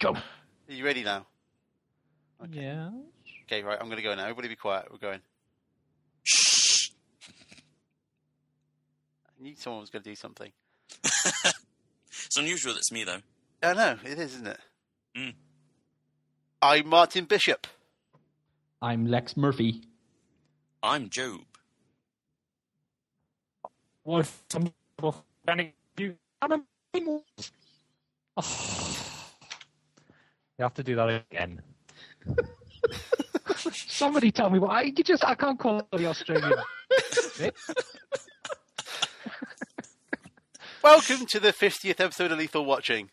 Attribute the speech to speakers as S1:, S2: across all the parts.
S1: Go.
S2: Are you ready now?
S1: Yeah.
S2: Okay, right. I'm going to go now. Everybody be quiet. We're going. I knew someone was going to do something.
S3: It's unusual that's me, though.
S2: I know. It is, isn't it?
S3: Mm.
S2: I'm Martin Bishop.
S1: I'm Lex Murphy.
S3: I'm Job.
S4: What if some people panic you? I'm a animal.
S5: You have to do that again.
S1: Somebody tell me what I you just I can't call the Australian.
S2: Welcome to the 50th episode of Lethal Watching.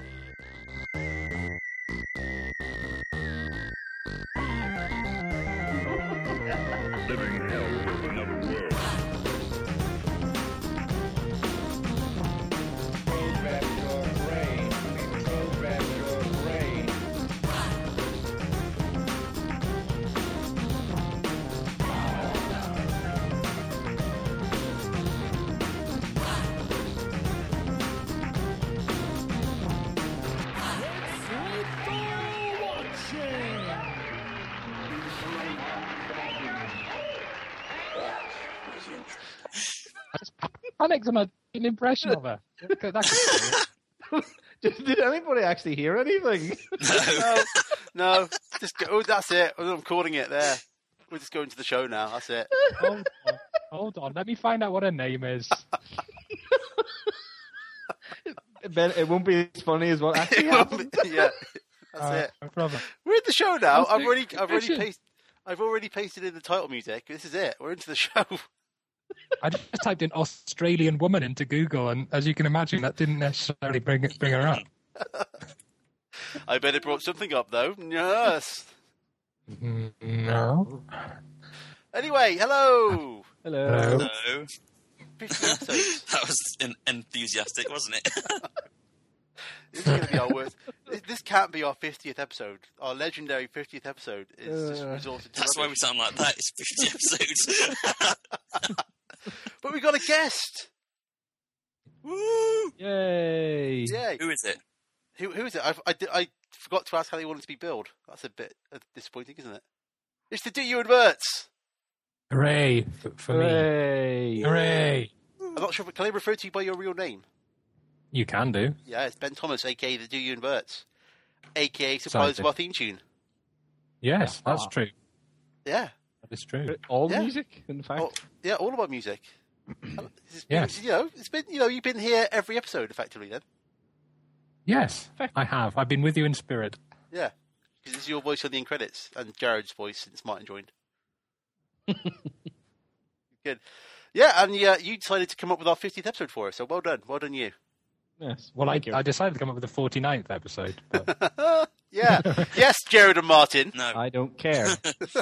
S1: Alex, I'm a- an impression of her. Okay, that could be it.
S6: Did anybody actually hear anything?
S2: No, no. Just go. Oh, that's it. Oh, I'm calling it there. We're just going to the show now. That's it.
S1: Oh,
S4: Hold on, let me find out what her name is.
S6: ben, it won't be as funny as what actually happened.
S2: yeah, that's
S4: Uh,
S2: it.
S4: my brother.
S2: We're in the show now.
S1: That's
S2: I've
S1: it.
S2: already, I've already,
S1: Impression.
S2: paste, I've already pasted in the title music. This is it. We're into the show.
S4: I just typed in Australian woman into Google, and as you can imagine, that didn't necessarily bring it, bring her up.
S2: I better brought something up though. Yes.
S4: Mm, No.
S2: Anyway, hello.
S6: Hello.
S4: Hello.
S3: Hello.
S2: 50 episodes.
S3: That was en- enthusiastic, wasn't it?
S2: This is going to be our worst. This, this can't be our 50th episode. Our legendary 50th episode is just
S6: Uh,
S2: resorted to.
S3: That's why we
S2: rubbish.
S3: sound like that. It's 50 episodes.
S2: But we got a guest.
S3: Woo!
S6: Yay.
S2: Yeah.
S3: Who is it?
S2: Who, who is it? I, I, di- I forgot to ask how they wanted to be billed. That's a bit uh, disappointing, isn't it? It's the Do You Adverts.
S4: Hooray for, for me.
S6: Hooray.
S4: Hooray.
S2: I'm not sure. If, can I refer to you by your real name?
S4: You can do.
S2: Yeah, it's Ben Thomas, aka the Do You Inverts, aka supplies of
S4: Exciting.
S2: our theme tune.
S4: Yes, that's
S6: Ah.
S4: true.
S2: Yeah,
S4: That is true.
S6: All
S2: Yeah.
S6: music, in fact.
S2: Oh, yeah, all about music. Um, It's been-
S4: Yes.
S2: you know, it's been you know you've been here every episode effectively then.
S4: Yes, I have. I've been with you in spirit.
S2: Yeah, because it's your voice on the end credits and Jared's voice since Martin joined. Good. Yeah, and yeah, you decided to come up with our 50th episode for us, so well done, well done you.
S6: Yes.
S4: Well, I,
S6: Thank you.
S4: I decided to come up with the 49th episode. But
S2: yeah, yes, Jared and Martin.
S3: No.
S6: I don't care.
S2: So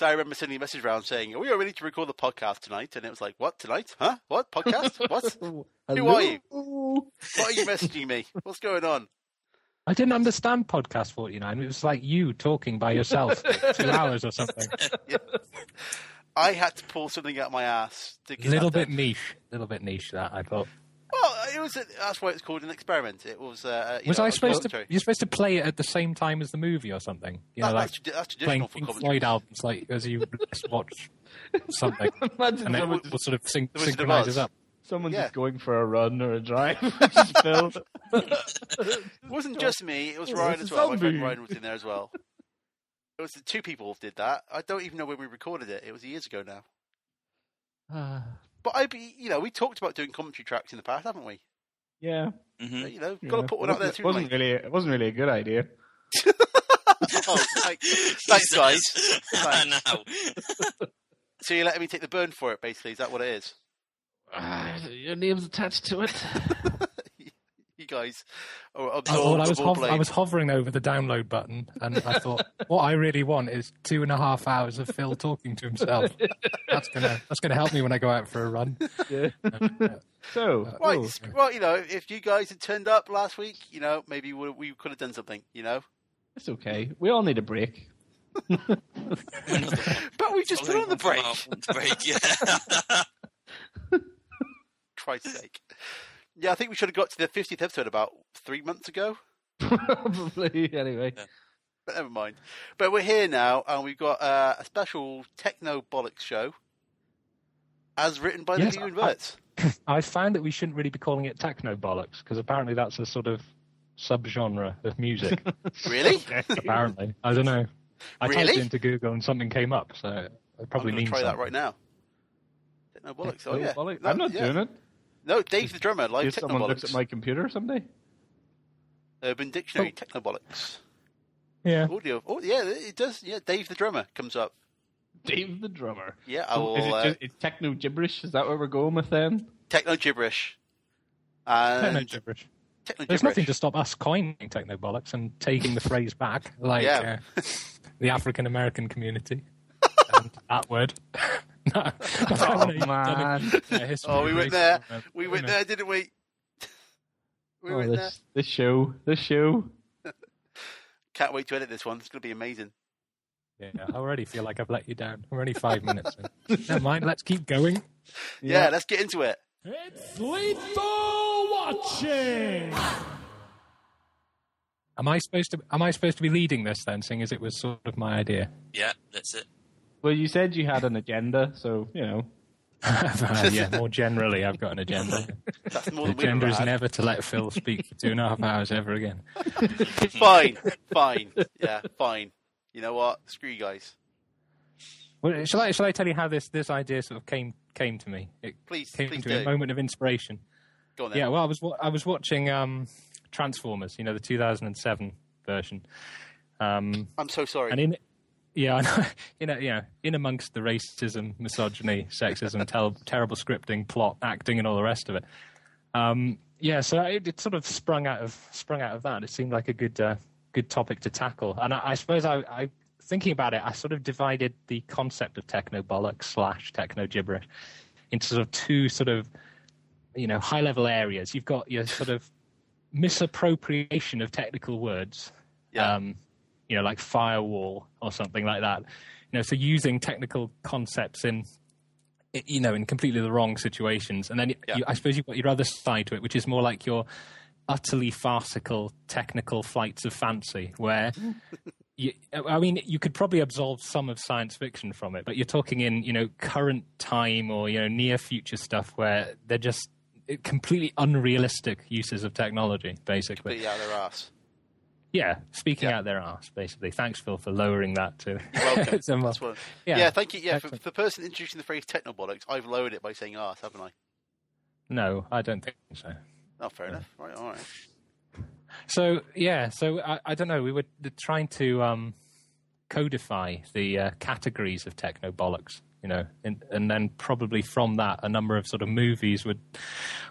S2: I remember sending a message round saying, "Are we ready to record the podcast tonight?" And it was like, "What tonight? Huh? What podcast? What?
S6: Who
S2: are you? Why are you messaging me? What's going on?"
S4: I didn't understand podcast 49. It was like you talking by yourself for two hours or something.
S2: I had to pull something out my ass to
S4: A
S2: get
S4: little
S2: that done.
S4: bit niche. A little bit niche, that, I thought.
S2: Well, it was. A, that's why it's called an experiment. It was. Uh, you
S4: Was
S2: know,
S4: I
S2: a
S4: supposed to?
S2: commentary.
S4: You're supposed to play it at the same time as the movie or something. You know,
S2: That-
S4: like
S2: that's, tradi- that's
S4: playing
S2: traditional for
S4: Pink
S2: commentary.
S4: Floyd albums, like as you just watch something,
S6: Imagine
S4: and then
S6: someone,
S4: it will sort of syn-
S2: The Wizard of Oz.
S4: synchronizes up.
S6: someone
S2: Yeah.
S6: just going for a run or a drive. Just filled.
S2: It wasn't just me. It was
S6: Oh,
S2: Ryan
S6: it's
S2: as
S6: a
S2: well. My friend
S6: zombie.
S2: Ryan was in there as well. It was the two people who did that. I don't even know when we recorded it. It was years ago now.
S6: Ah,
S2: But I, be you know, we talked about doing commentary tracks in the past, haven't we?
S6: yeah.
S3: hmm
S2: You know,
S6: yeah.
S2: got to put one out there
S6: Wasn't-
S2: too.
S6: wasn't
S2: mate.
S6: really, it wasn't really a good idea.
S2: Oh, thank- thanks, guys. Thanks.
S3: now.
S2: So you're letting me take the burn for it, basically? Is that what it is?
S4: Uh,
S6: your name's attached to it.
S2: You guys are
S4: Oh, well, I was
S2: absorbable
S4: hov- I was hovering over the download button, and I thought, what I really want is two and a half hours of Phil talking to himself. That's gonna that's gonna help me when I go out for a run.
S6: yeah. so,
S2: Uh, Right,
S6: oh,
S2: sp- right. You know, if you guys had turned up last week, you know, maybe we, we could have done something. You know,
S6: it's okay. We all need a break.
S2: but we just put on the break.
S3: break, yeah.
S2: Christ's sake. Yeah, I think we should have got to the fiftieth episode about three months ago.
S6: Probably. Anyway.
S2: But never mind. But we're here now, and we've got uh, a special techno bollocks show, as written by
S4: Yes,
S2: the
S4: I-
S2: Human Verts.
S5: I found that we shouldn't really be calling it techno bollocks because apparently that's a sort of subgenre of music.
S2: Really?
S5: apparently, I don't know. I typed
S2: Really?
S5: it into Google and something came up, so it
S2: I'm
S5: probably
S2: going to
S5: means
S2: try that
S5: something.
S2: right now. Techno bollocks. Oh
S6: Well,
S2: yeah.
S6: well, I'm not doing it.
S2: No, Dave the drummer. Live
S6: If
S2: techno
S6: someone looks at
S2: bollocks.
S6: my computer someday.
S2: Urban
S6: Oh.
S2: Dictionary techno bollocks.
S4: Yeah.
S2: Audio. Oh yeah, it does. Yeah, Dave the drummer comes up.
S6: Dave the drummer.
S2: Yeah, I
S6: Is it
S2: will. Uh,
S6: just, it's techno gibberish? Is that what we're going with then?
S2: Techno gibberish.
S4: Techno
S2: And
S4: gibberish.
S2: techno
S4: There's nothing
S2: gibberish.
S4: to stop us coining techno bollocks and taking the phrase back, like
S2: Yeah.
S4: uh, the African American community. and that word. No, apparently done
S6: Oh, man.
S4: a- a history
S2: Oh, we
S4: of
S2: went
S4: racism
S2: there.
S4: and-
S2: We went
S4: you know.
S2: there, didn't we? we
S6: Oh,
S2: went there.
S6: this, this show. This show.
S2: Can't wait to edit this one. It's going to be amazing.
S4: Yeah, I already feel like I've let you down. I'm only five minutes in. Never mind, let's keep going.
S2: Yeah, let's get into it.
S1: It's lethal watching.
S4: Am I supposed to am I supposed to be leading this then, seeing as it was sort of my idea?
S3: Yeah, that's it.
S6: Well, you said you had an agenda, so, you know.
S4: Uh, yeah, more generally I've got an agenda.
S2: That's more
S4: The
S2: than we ever
S4: agenda is
S2: had.
S4: never to let Phil speak for two and a half hours ever again.
S2: Fine, fine. Yeah, fine. You know what? Screw you guys.
S4: Well, shall I shall I tell you how this this idea sort of came came to me? It
S2: Please,
S4: came
S2: please
S4: to me a
S2: do.
S4: moment of inspiration.
S2: Go on then.
S4: Yeah, well, I was wa- I was watching um, Transformers, you know, the 2007 version, um,
S2: I'm so sorry.
S4: and in yeah, I know, you know, yeah, in amongst the racism, misogyny, sexism, tel- terrible scripting, plot, acting, and all the rest of it. Um, yeah, so it, it sort of sprung out of sprung out of that. It seemed like a good uh, good topic to tackle, and I, I suppose I, I thinking about it, I sort of divided the concept of techno bollocks slash techno gibberish into sort of two sort of you know high level areas. You've got your sort of misappropriation of technical words,
S2: Yeah.
S4: um, you know, like firewall or something like that. You know, so using technical concepts in i- you know in completely the wrong situations, and then y
S2: Yeah.
S4: you, I suppose you've got your other side to it, which is more like your utterly farcical technical flights of fancy, where you, I mean, you could probably absolve some of science fiction from it, but you're talking in you know current time or you know near future stuff where they're just eh, completely unrealistic uses of technology,
S2: But
S4: basically.
S2: yeah, their ass.
S4: Yeah, speaking
S2: Yeah.
S4: out their arse, basically. Thanks, Phil, for lowering that to.
S2: Welcome.
S4: to my-
S2: That's what- yeah.
S4: yeah.
S2: thank you. Yeah, for, for
S4: Excellent.
S2: the person introducing the phrase technobollocks, I've lowered it by saying ass, haven't I?
S4: No, I don't think so.
S2: Oh, fair enough. Right, all right.
S4: So yeah, so I, I don't know. We were trying to um, codify the uh, categories of techno bollocks, you know, and, and then probably from that, a number of sort of movies would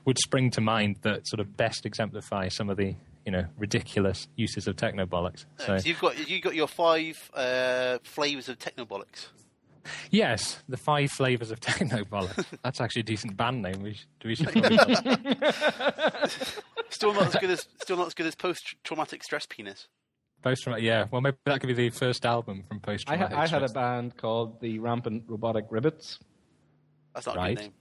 S4: would spring to mind that sort of best exemplify some of the you know ridiculous uses of techno bollocks. So
S2: So you've got you got your five uh, flavors of technobollocks.
S4: yes, the five flavors of techno bollocks. That's actually a decent band name. We should, we should probably
S2: Still not as good as still not as good as post traumatic stress penis.
S4: post from yeah. Well, maybe that could be the first album from post.
S6: I, ha- I had a band called the Rampant Robotic Ribbits.
S2: That's not a
S4: Right.
S2: good name.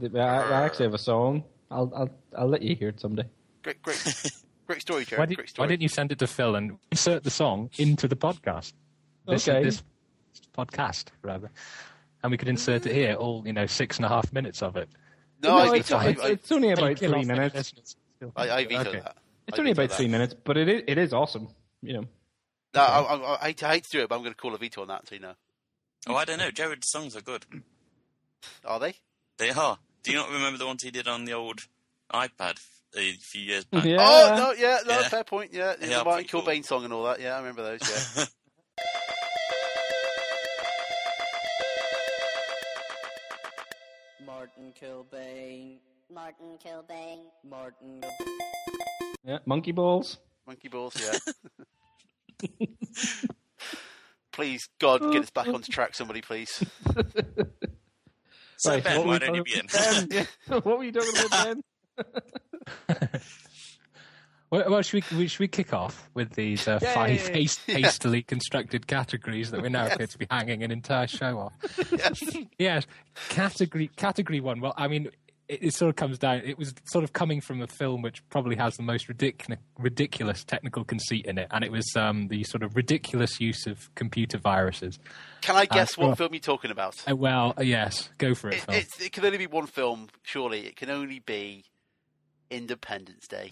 S6: The, the, I, I actually have a song. I'll, I'll, I'll let you hear it someday.
S2: Great, great, great story, Jared.
S4: Why, did,
S2: great story.
S4: why didn't you send it to Phil and insert the song into the podcast? This,
S6: Okay.
S4: this podcast, rather. And we could insert it here, all, you know, six and a half minutes of it.
S2: No, I
S6: it's,
S2: vetoed. I,
S6: it's,
S2: I,
S6: it's only about
S4: Kill off
S6: three
S4: any
S6: minutes.
S4: listeners. Still.
S2: I, I vetoed
S4: Okay.
S2: that.
S6: It's
S2: I
S6: only
S2: vetoed
S6: about
S2: that.
S6: three minutes, but it is, it is awesome. You know,
S2: No, I, I, I, hate to- I hate to do it, but I'm going to call a veto on that. So you know,
S3: Oh, I don't know. Jared's songs are good.
S2: are they?
S3: They are. Do you not remember the ones he did on the old iPad a few years back?
S6: yeah.
S2: Oh no, yeah, no,
S3: Yeah.
S2: fair point. Yeah,
S3: They
S2: the
S3: are
S2: Martin
S3: pretty cool.
S2: Cobain song and all that. Yeah, I remember those. Yeah.
S7: Martin Kilbane.
S8: Martin Kilbane.
S7: Martin.
S6: Yeah, monkey balls.
S2: Monkey balls, yeah. please, God, get us back onto track, somebody, please.
S3: So,
S6: Right,
S3: Ben,
S6: what
S3: why
S6: were
S3: don't
S6: we
S3: you be in?
S6: talking- Ben, what were you talking about, Ben?
S4: Well, well, should, we, we- should we kick off with these uh, five hast- hastily constructed categories that we're now going to be hanging an entire show off?
S2: Yes.
S4: Yes, category category one. Well, I mean, it, it sort of comes down. It was sort of coming from a film which probably has the most ridic- ridiculous technical conceit in it, and it was um, the sort of ridiculous use of computer viruses.
S2: Can I guess
S4: sure.
S2: what film you're talking about?
S4: Uh, well, uh, yes, go for it.
S2: It,
S4: Phil.
S2: it's, it can only be one film, surely. It can only be Independence Day.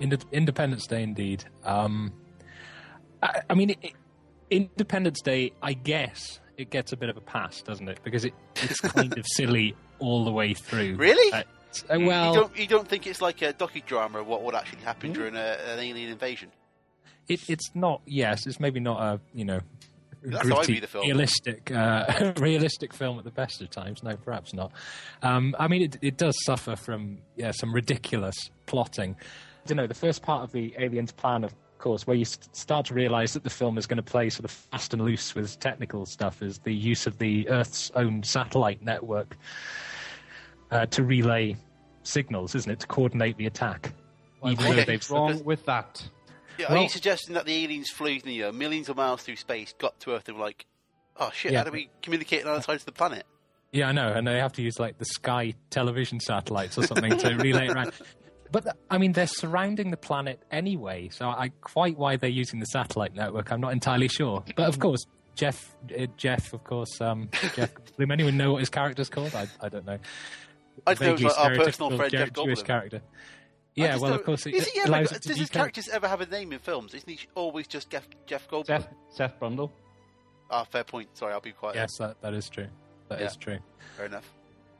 S4: Inde- Independence Day, indeed. Um, I, I mean, it, it- Independence Day. I guess it gets a bit of a pass, doesn't it? Because it, it's kind of silly all the way through.
S2: Really?
S4: Uh, it's- uh,
S2: you
S4: well,
S2: don't you don't think it's like a docudrama of what would actually happen
S4: Mm-hmm.
S2: during a, an alien invasion?
S4: it, it's not. Yes, it's maybe not a you know.
S2: That's how I view the film.
S4: realistic, uh, realistic film at the best of times. No, perhaps not. Um, I mean, it, it does suffer from yeah some ridiculous plotting.
S5: you know, the first part of the alien's plan, of course, where you s- start to realize that the film is going to play sort of fast and loose with technical stuff, is the use of the Earth's own satellite network uh, to relay signals, isn't it, to coordinate the attack? Even
S2: Okay.
S5: though
S6: What's
S5: they've
S6: wrong with that?
S2: Yeah, are
S5: Well-
S2: you suggesting that the aliens flew you know, millions of miles through space, got to Earth, and were like, "Oh shit,
S4: Yeah.
S2: how do we communicate on the other side of the planet?"
S4: Yeah, I know, and they have to use like the Sky television satellites or something to relay it around. But th- I mean, they're surrounding the planet anyway, so I quite why they're using the satellite network. I'm not entirely sure, but of course, Jeff, uh, Jeff, of course, um, Jeff. Does anyone know what his character's called? I, I don't know.
S2: I don't know,
S4: Vaguely
S2: it's like our personal
S4: stereotypical
S2: friend Jeff
S4: Jew- Jewish
S2: Goldblum.
S4: character.
S2: I
S4: Yeah,
S2: just
S4: well,
S2: don't-
S4: of course, it
S2: Is he ever,
S4: allows
S2: got-
S4: it to
S2: does his
S4: be character-
S2: characters ever have a name in films? Isn't he always just Jeff, Jeff Goldblum?
S6: Seth, Seth Brundle.
S2: Ah, fair point. Sorry, I'll be quiet.
S4: Yes, that, that is true. That is
S2: Yeah.
S4: true.
S2: Fair enough.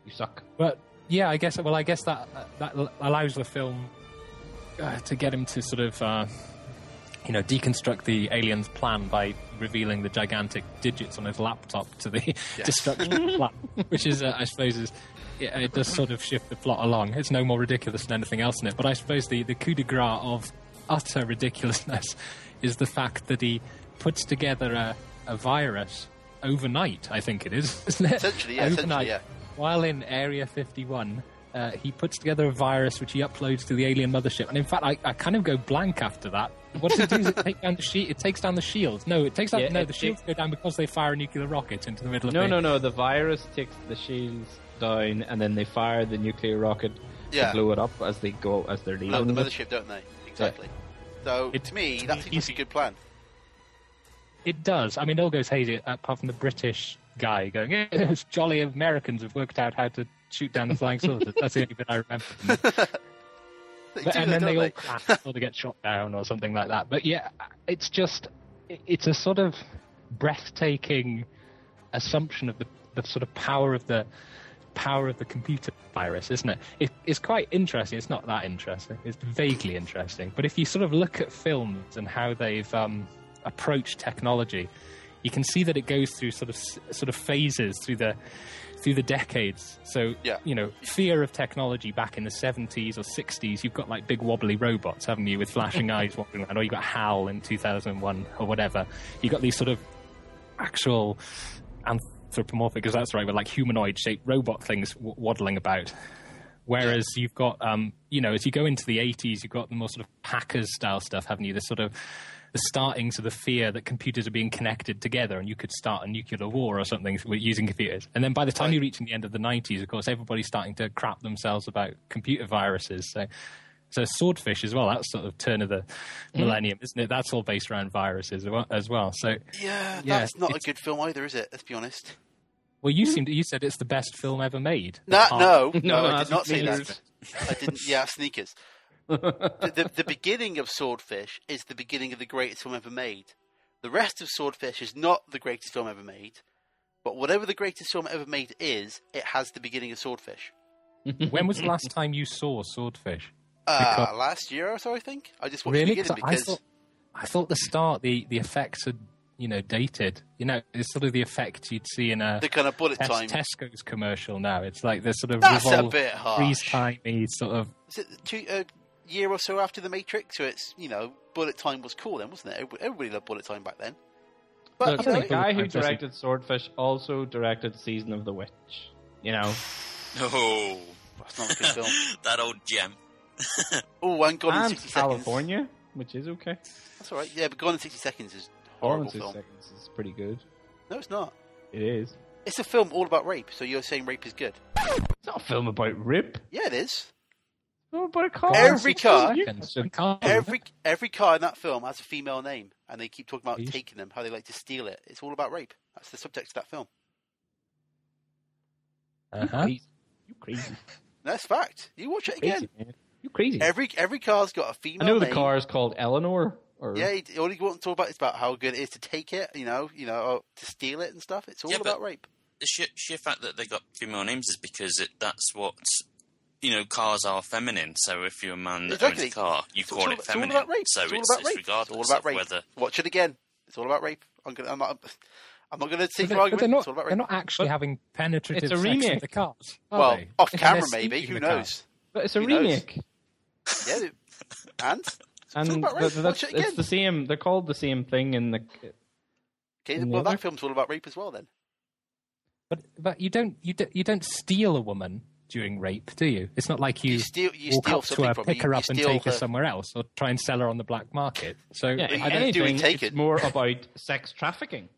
S6: You suck.
S4: But yeah, I guess. Well, I guess that that allows the film uh, to get him to sort of, uh, you know, deconstruct the alien's plan by revealing the gigantic digits on his laptop to the destruction of the plan, which is, uh, I suppose, is it, it does sort of shift the plot along. It's no more ridiculous than anything else in it. But I suppose the the coup de grace of utter ridiculousness is the fact that he puts together a, a virus overnight. I think it is, isn't it?
S2: Essentially, yeah, essentially,
S4: Overnight.
S2: yeah.
S4: While in Area 51, uh, he puts together a virus which he uploads to the alien mothership. And in fact, I, I kind of go blank after that. What does it do? Does it take down the shield? It takes down the shields. No, it takes down.
S6: Yeah,
S4: no,
S6: it
S4: the shields go down because they fire a nuclear rocket into the middle of
S6: No,
S4: the.
S6: no, no. The virus takes the shields down, and then they fire the nuclear rocket
S2: Yeah.
S6: to blow it up as they go as they're leaving.
S2: Blow up the
S6: the-
S2: mothership, don't they? Exactly. So
S5: It-
S2: to me, that seems like a good plan.
S5: It does. I mean, it all goes hazy, apart from the British guy going, "Eh, it's jolly Americans have worked out how to shoot down the flying saucers. That's the only bit I remember. from it.
S2: They
S5: But-
S2: do
S5: and
S2: that,
S5: then they
S2: don't
S5: all crash or they get shot down or something like that. But yeah, it's just, it- it's a sort of breathtaking assumption of the, the sort of power of the power of the computer virus, isn't it? it? It's quite interesting. It's not that interesting. It's vaguely interesting. But if you sort of look at films and how they've um, approached technology, you can see that it goes through sort of s- sort of phases through the through the decades. So
S2: Yeah.
S5: you know, fear of technology back in the seventies or sixties, you've got like big wobbly robots, haven't you, with flashing eyes wandering around, or you've got Howl in two thousand and one or whatever. You've got these sort of actual anthropomorphic, because that's right, with like humanoid shaped robot things w- waddling about.
S4: Whereas you've got, um, you know, as you go into the 80s, you've got the more sort of Packers style stuff, haven't you? The sort of the startings of the fear that computers are being connected together and you could start a nuclear war or something with- using computers. And then by the time you're reaching the end of the 90s, of course, everybody's starting to crap themselves about computer viruses. So, so Swordfish as well, that's sort of turn of the millennium, isn't it? That's all based around viruses as well- as well. So,
S2: Yeah,
S4: Yeah,
S2: that's not
S4: it's-
S2: a good film either, is it? Let's be honest.
S4: well, you seem to, you said it's the best film ever made.
S2: No,
S4: Apart-
S2: no, no,
S6: No,
S2: I
S6: I
S2: did not say that.
S6: sneakers.
S2: I didn't. Yeah, sneakers. the, the, the beginning of Swordfish is the beginning of the greatest film ever made. The rest of Swordfish is not the greatest film ever made, but whatever the greatest film ever made is, it has the beginning of Swordfish.
S4: When was the last time you saw Swordfish?
S2: Uh,
S4: Because-
S2: last year or so, I think. I just watched
S4: really?
S2: the
S4: 'Cause
S2: beginning
S4: I
S2: because
S4: thought, I thought the start, the, the effects had, you know, dated. You know, it's sort of the effect you'd see in a
S2: the kind of bullet
S4: Tes-
S2: time.
S4: Tesco's commercial now. It's like this sort of
S2: That's a
S4: revolve,
S2: bit harsh.
S4: freeze timey sort of.
S2: Is it two, a year or so after the Matrix? So it's you know, bullet time was cool then, wasn't it? Everybody- Everybody loved bullet time back then. But
S6: Look,
S2: you know,
S6: the guy who
S4: Fantastic.
S6: directed Swordfish also directed Season of the Witch. You know,
S3: Oh,
S2: that's not a good film.
S3: that old gem.
S2: Oh, and Gone in
S6: and
S2: 60 Seconds.
S6: California, which is okay.
S2: That's all right. Yeah, but Gone in 60 Seconds is a
S6: Gone in
S2: horrible
S6: 60
S2: film.
S6: Seconds is pretty good.
S2: No, it's not.
S6: It is.
S2: It's a film all about rape, so you're saying rape is good.
S6: It's not a film about Rip. It's
S2: Yeah, it is.
S6: a film about a car.
S2: Every car-
S6: You-
S4: Seconds. I can't-
S2: Every every car in that film has a female name, and they keep talking about
S4: Yes.
S2: taking them, how they like to steal it. It's all about rape. That's the subject of that film.
S4: Uh-huh.
S6: You crazy.
S2: That's fact. You watch it again.
S6: crazy man. You crazy.
S2: Every every car's got a
S6: I
S2: female.
S6: know the
S2: name.
S6: car is called Eleanor. Or
S2: Yeah, he, all he wants to talk about is about how good it is to take it, you know, you know, or to steal it and stuff. It's all
S3: Yeah, but-
S2: about rape.
S3: The sheer, sheer fact that they got female names is because it, that's what you know. Cars are feminine, so if you're a man that
S2: Exactly.
S3: owns a car, you
S2: It's
S3: call
S2: all,
S3: it
S2: it's all
S3: feminine.
S2: about rape.
S3: So
S2: it's,
S3: it's,
S2: all about rape.
S3: regardless
S2: It's all about
S3: of
S2: rape.
S3: whether
S2: Watch it again. It's all about rape. I'm gonna. I'm not. I'm not going to take your
S4: But they- but
S2: argument.
S4: they're not,
S2: it's all about
S4: they're
S2: rape.
S4: not actually having penetrative
S6: It's a
S4: sex
S6: remake.
S4: with the cars. are
S2: well,
S4: they?
S2: off
S4: They're
S2: camera
S4: sleeping
S2: maybe.
S4: in
S2: Who
S4: the car.
S2: knows?
S6: but it's a
S2: Who knows?
S6: remake.
S2: yeah. they- And
S6: And
S2: about rape.
S6: th-
S2: Watch
S6: that's,
S2: it again.
S6: it's the same. They're called the same thing in the.
S2: okay,
S6: And the
S2: well,
S6: other?
S2: that film's all about rape as well. Then
S4: But but you don't you don't, you don't steal a woman during rape, do you? It's not like you,
S2: you steal. You
S4: walk
S2: steal
S4: up to
S2: something
S4: her,
S2: from
S4: pick
S2: her.
S4: her
S2: You,
S4: up,
S2: you
S4: and
S2: steal
S4: take her
S2: the-
S4: somewhere else, or try and sell her on the black market. So
S6: Yeah,
S4: I
S6: if
S4: don't-
S2: any-
S6: anything,
S2: doing
S6: it's
S2: Taken.
S6: more about sex trafficking.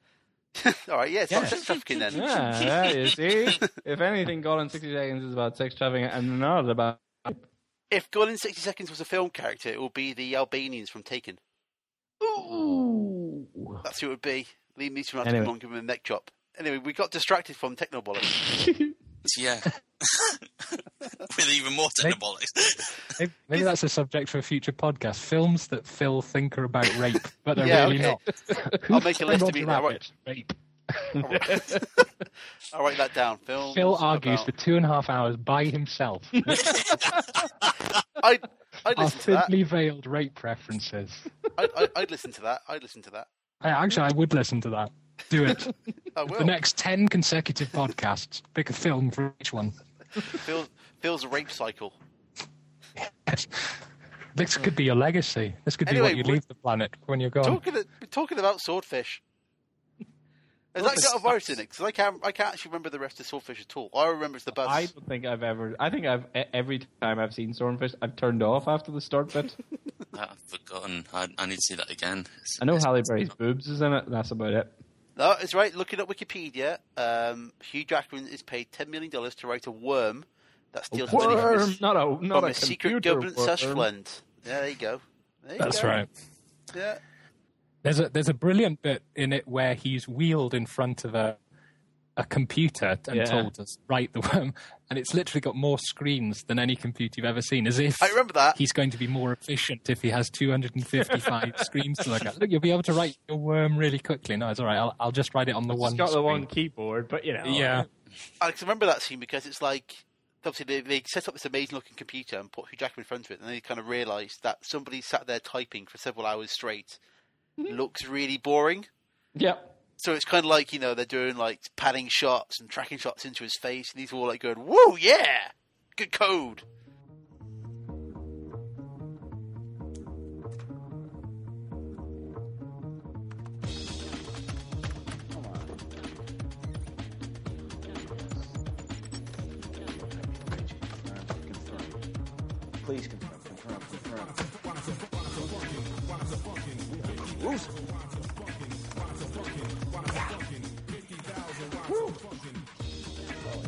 S2: all right. Yeah. It's not
S4: Yes.
S2: sex trafficking then.
S6: Yeah, yeah, you see, if anything, Gone in 60 Seconds is about sex trafficking and not about.
S2: If Gone in 60 Seconds was a film character, it would be the Albanians from Taken.
S6: Ooh.
S2: That's who it would be. Liam Neeson would have
S6: Anyway.
S2: to come on and give him a neck chop. Anyway, we got distracted from Technobollocks.
S3: yeah, with even more technobolics.
S4: Maybe, maybe that's a subject for a future podcast. Films that Phil thinker about rape, but they're
S2: Yeah,
S4: really
S2: okay.
S4: not.
S2: I'll make a list of
S4: Roger
S2: these. I'll write,
S4: Rabbit, rape.
S2: I'll write that down. Films
S4: Phil argues
S2: about-
S4: for two and a half hours by himself with
S2: I'd, I'd
S4: our
S2: listen to that.
S4: thinly veiled rape references.
S2: I'd, I'd, I'd listen to that. I'd listen to that.
S4: I, actually, I would listen to that. Do it.
S2: I will.
S4: The next 10 consecutive podcasts, pick a film for each one.
S2: Phil's, Phil's rape cycle.
S4: Yes. This could be your legacy. This could
S2: Anyway,
S4: be what
S2: we-
S4: you leave the planet when
S6: Oh.
S4: you're gone.
S2: Talking, a- we're talking about swordfish. Has that got a virus in it? Because I can't, I can't actually remember the rest of swordfish at all. All I remember is the buzz.
S6: I don't think I've ever. I think I've e- every time I've seen Stormfish, I've turned off after the start bit.
S3: Ah, I've forgotten. I, I need to see that again. It's-
S6: I know
S3: it's-
S6: Halle Berry's boobs is in it. and That's about it.
S2: No, it's right. Looking at Wikipedia, um, Hugh Jackman is paid ten million dollars to write a worm that steals money from
S6: Worm,
S2: his,
S6: not a not
S2: from
S6: a
S2: his secret
S6: computer
S2: government slush
S6: worm.
S2: fund. Yeah, there you go. There you
S4: That's
S2: go.
S4: right.
S2: Yeah.
S4: There's a there's a brilliant bit in it where he's wheeled in front of a a computer and
S6: Yeah.
S4: told us write the worm, and it's literally got more screens than any computer you've ever seen. As if
S2: I remember that.
S4: he's going to be more efficient if he has 255 screens to look at. Look, you'll be able to write your worm really quickly. No, it's all right. I'll, I'll just write it on the
S6: It's
S4: one.
S6: got the
S4: screen.
S6: one keyboard, but you know.
S4: Yeah,
S2: I can remember that scene because it's like obviously they, they set up this amazing looking computer and put Hugh Jackman in front of it, and then they kind of realised that somebody sat there typing for several hours straight
S4: Mm-hmm.
S2: looks really boring.
S6: Yep.
S2: So it's kind of like you know they're doing like padding shots and tracking shots into his face, and he's all like going, "Whoa, yeah, good code."
S9: Please confirm, confirm, confirm. Gruesome. Woo. Oh,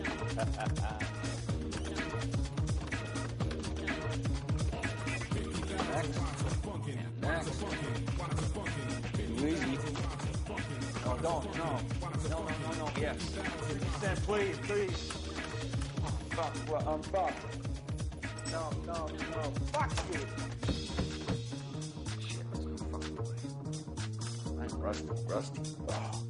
S9: yeah. Next. Easy. No, don't. No. No, no, no, no. Yes. Then please, please. Fuck, well, I'm fucked. No, no, no. Fuck you. Shit, let's go fucking play. I'm rusty, rusty. Oh.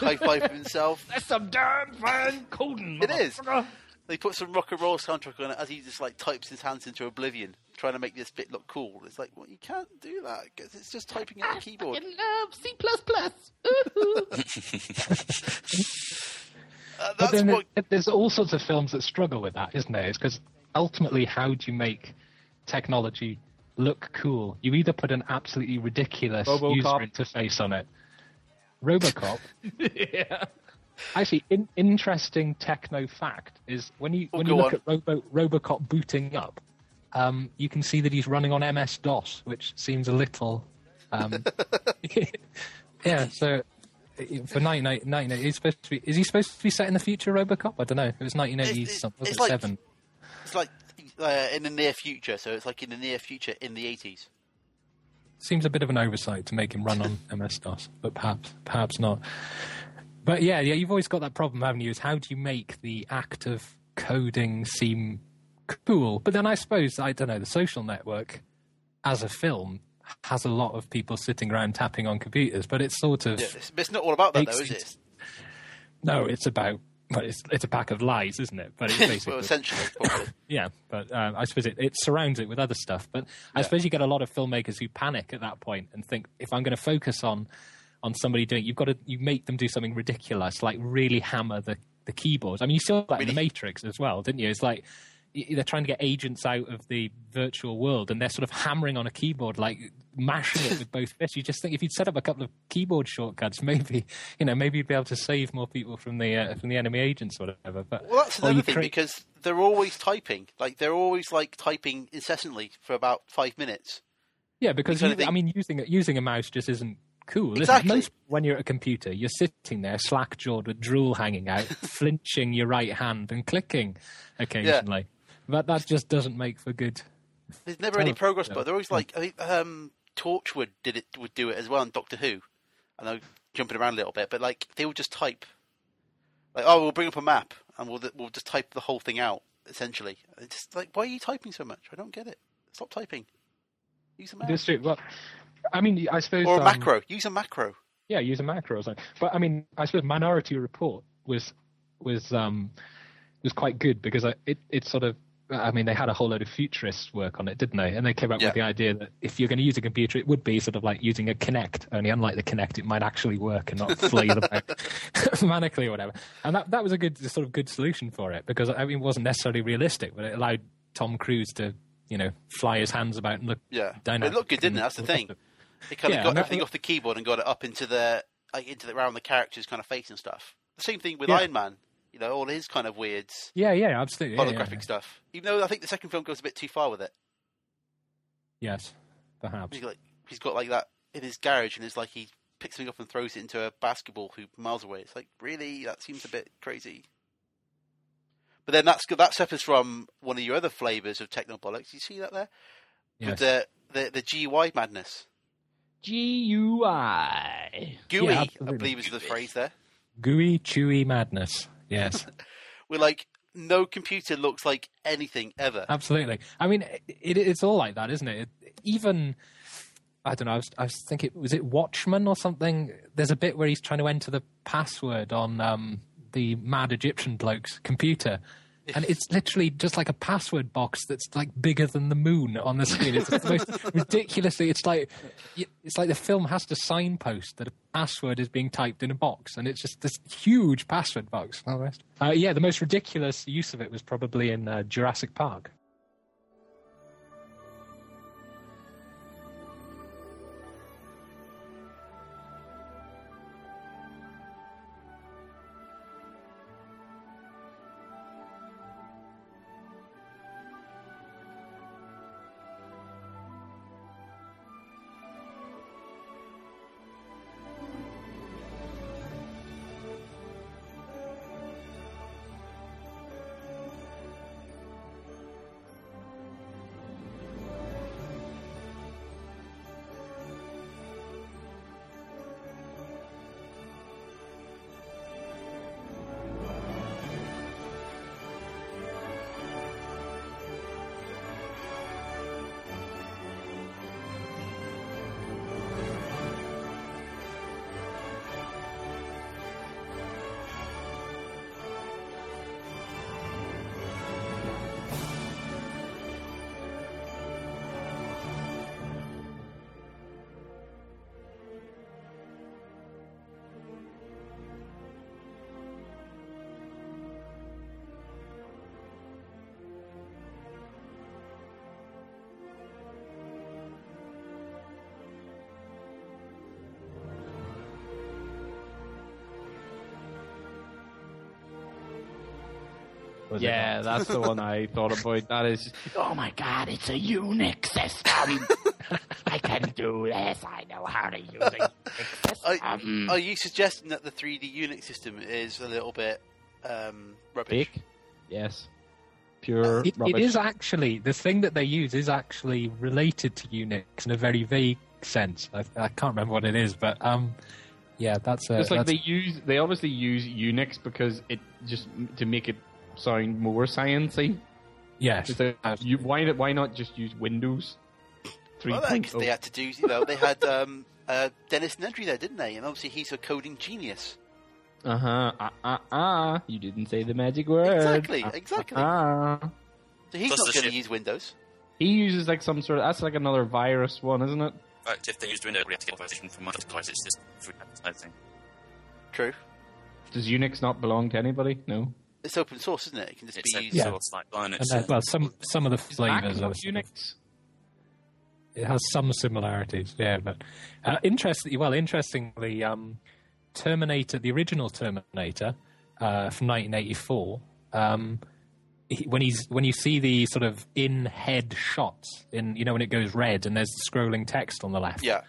S2: like high five himself.
S4: That's some damn Van Coden.
S2: It is.
S4: motherfucker.
S2: They put some rock and roll soundtrack on it as he just like types his hands into oblivion, trying to make this bit look cool. It's like, well, you can't do that 'cause it's just typing at the keyboard.
S5: love C plus plus. Ooh.
S2: Uh,
S4: But
S2: that's
S4: then
S2: what.
S4: it- there's all sorts of films that struggle with that, isn't there? It's because ultimately, how do you make technology look cool? You either put an absolutely ridiculous user
S10: Robocop.
S4: interface on it. Robocop.
S10: yeah.
S4: Actually, in, interesting techno fact is when you
S2: Oh,
S4: when
S2: go
S4: you look
S2: on.
S4: at Robo, Robocop booting up, um, you can see that he's running on MS DOS, which seems a little. Um, yeah, so uh, for 1990 1980 he's supposed to be. Is he supposed to be set in the future, Robocop? I don't know. It was nineteen eighty
S2: It's- it's-
S4: something. Was
S2: it's
S4: it
S2: like-
S4: seven?
S2: It's like uh, in the near future, so it's like in the near future in the eighties.
S4: seems a bit of an oversight to make him run on MS DOS, but perhaps perhaps not. But yeah, yeah, you've always got that problem, haven't you? Is how do you make the act of coding seem cool? But then I suppose I don't know. The social network as a film has a lot of people sitting around tapping on computers, but it's sort of
S2: Yeah, it's, it's not all about that though, is it?
S4: no, it's about. But it's it's a pack of lies, isn't it? But it's basically
S2: well, essentially, probably.
S4: yeah, but um, I suppose it, it surrounds it with other stuff. But I suppose you get a lot of filmmakers who panic at that point and think, if I'm going to focus on on somebody doing, you've got to you make them do something ridiculous, like really hammer the the keyboards. I mean, you saw that in
S2: Really?
S4: the Matrix as well, didn't you? It's like y- they're trying to get agents out of the virtual world and they're sort of hammering on a keyboard like mashing it with both fists you just think if you'd set up a couple of keyboard shortcuts maybe you know maybe you'd be able to save more people from the uh, from the enemy agents or whatever but
S2: Well, that's
S4: or you
S2: another thing
S4: create-
S2: because they're always typing. Like they're always like typing incessantly for about five minutes.
S4: Yeah, because
S2: Because I
S4: you, I
S2: think-
S4: mean, using a- using a mouse just isn't cool. is it?
S2: Exactly.
S4: Most when you're at a computer, you're sitting there slack jawed with drool hanging out, flinching your right hand and clicking occasionally. But that just doesn't make for good.
S2: There's never any
S4: Tele-
S2: progress,
S4: yeah.
S2: but they're always like I mean, um, Torchwood did it would do it as well in Doctor Who. I know jumping around a little bit, but like they will just type, like oh we'll bring up a map and we'll we'll just type the whole thing out essentially. It's just like why are you typing so much? I don't get it. Stop typing. Use a map
S4: That's true. Well, I mean, I suppose
S2: or a
S4: um,
S2: macro. Use a macro.
S4: yeah, use a macro or something. But I mean, I suppose Minority Report was was um was quite good because I, it it sort of I mean they had a whole load of futurists work on it, didn't they? And they came up
S2: Yeah.
S4: with the idea that if you're going to use a computer, it would be sort of like using a Kinect. Only unlike the Kinect, it might actually work and not flail about manically or whatever. And that that was a good sort of good solution for it because I mean it wasn't necessarily realistic, but it allowed Tom Cruise to you know fly his hands about and look
S2: Yeah,
S4: dynamic.
S2: it looked good, didn't it? That's the thing. They kind
S4: Yeah,
S2: of got
S4: and that-
S2: everything off the keyboard and got it up into the like into the around the character's kind of face and stuff. The same thing with
S4: Yeah.
S2: Iron Man. You know, all his kind of weird
S4: Yeah, yeah, absolutely. Yeah, yeah,
S2: holographic stuff. Even though I think the second film goes a bit too far with it.
S4: Yes, perhaps.
S2: He's got, like he's got like that in his garage, and it's like he picks something up and throws it into a basketball hoop miles away. It's like really, that seems a bit crazy. But then that's that suffers from one of your other flavors of techno bollocks. You see that there with
S4: Yes.
S2: the the the GY madness.
S10: GUI.
S2: Gooey,
S4: Yeah,
S2: I
S4: absolutely.
S2: believe is the phrase there.
S4: Gooey, chewy madness. Yes,
S2: We're like, no computer looks like anything ever.
S4: Um, absolutely. I mean, it, it's all like that, isn't it? it even I don't know. I was, I was thinking, was it Watchman or something? There's a bit where he's trying to enter the password on um, the mad Egyptian bloke's computer. And it's literally just like a password box that's like bigger than the moon on the screen. It's the most ridiculously. It's like it's like the film has to signpost that a password is being typed in a box, and it's just this huge password box. and all the rest. Uh, yeah, the most ridiculous use of it was probably in uh, Jurassic Park.
S11: Was it
S4: Yeah, that's the one I thought about. That is,
S7: Oh my god, it's a Unix system. I can do this. I know how to use Um, a Unix
S2: I-
S7: system.
S2: Are you suggesting that the 3D Unix system is a little bit um, rubbish?
S11: fake. Yes. Pure
S4: it, it
S11: rubbish.
S4: is actually the thing that they use is actually related to Unix in a very vague sense. I, I can't remember what it is, but um, yeah, that's a,
S12: It's like
S4: that's-
S12: they use they obviously use Unix because it just to make it sound more sciencey.
S4: yes,
S12: It's like, you, why why not just use Windows? Three oh.
S2: Well, I guess they had to do. You know, they had um, uh, Dennis Nedry there, didn't they? And obviously, he's a coding genius.
S12: Uh huh. Ah ah ah. You didn't say the magic word.
S2: Exactly,
S12: Ah,
S2: exactly.
S12: Ah. ah.
S2: So he's
S3: Plus
S2: not
S3: the
S2: going to
S3: shit.
S2: use Windows.
S12: He uses like some sort of that's like another virus one, isn't it?
S3: In fact, if they used Windows, we have to get authorization from Microsoft because it's just free advertising.
S2: True.
S12: Does Unix not belong to anybody? No.
S2: It's open source, isn't it? It can just
S3: It's
S2: be
S3: open
S2: used.
S3: source like Linux.
S4: And then- well, some some of the
S12: Mac
S4: flavors
S12: not
S4: are
S12: Unix.
S4: it has some similarities, yeah. But uh, interestingly, well, interestingly, um, Terminator, the original Terminator uh, from 1984, um, he, when he's when you see the sort of in-head shots, in you know when it goes red and there's scrolling text on the left,
S2: Yeah.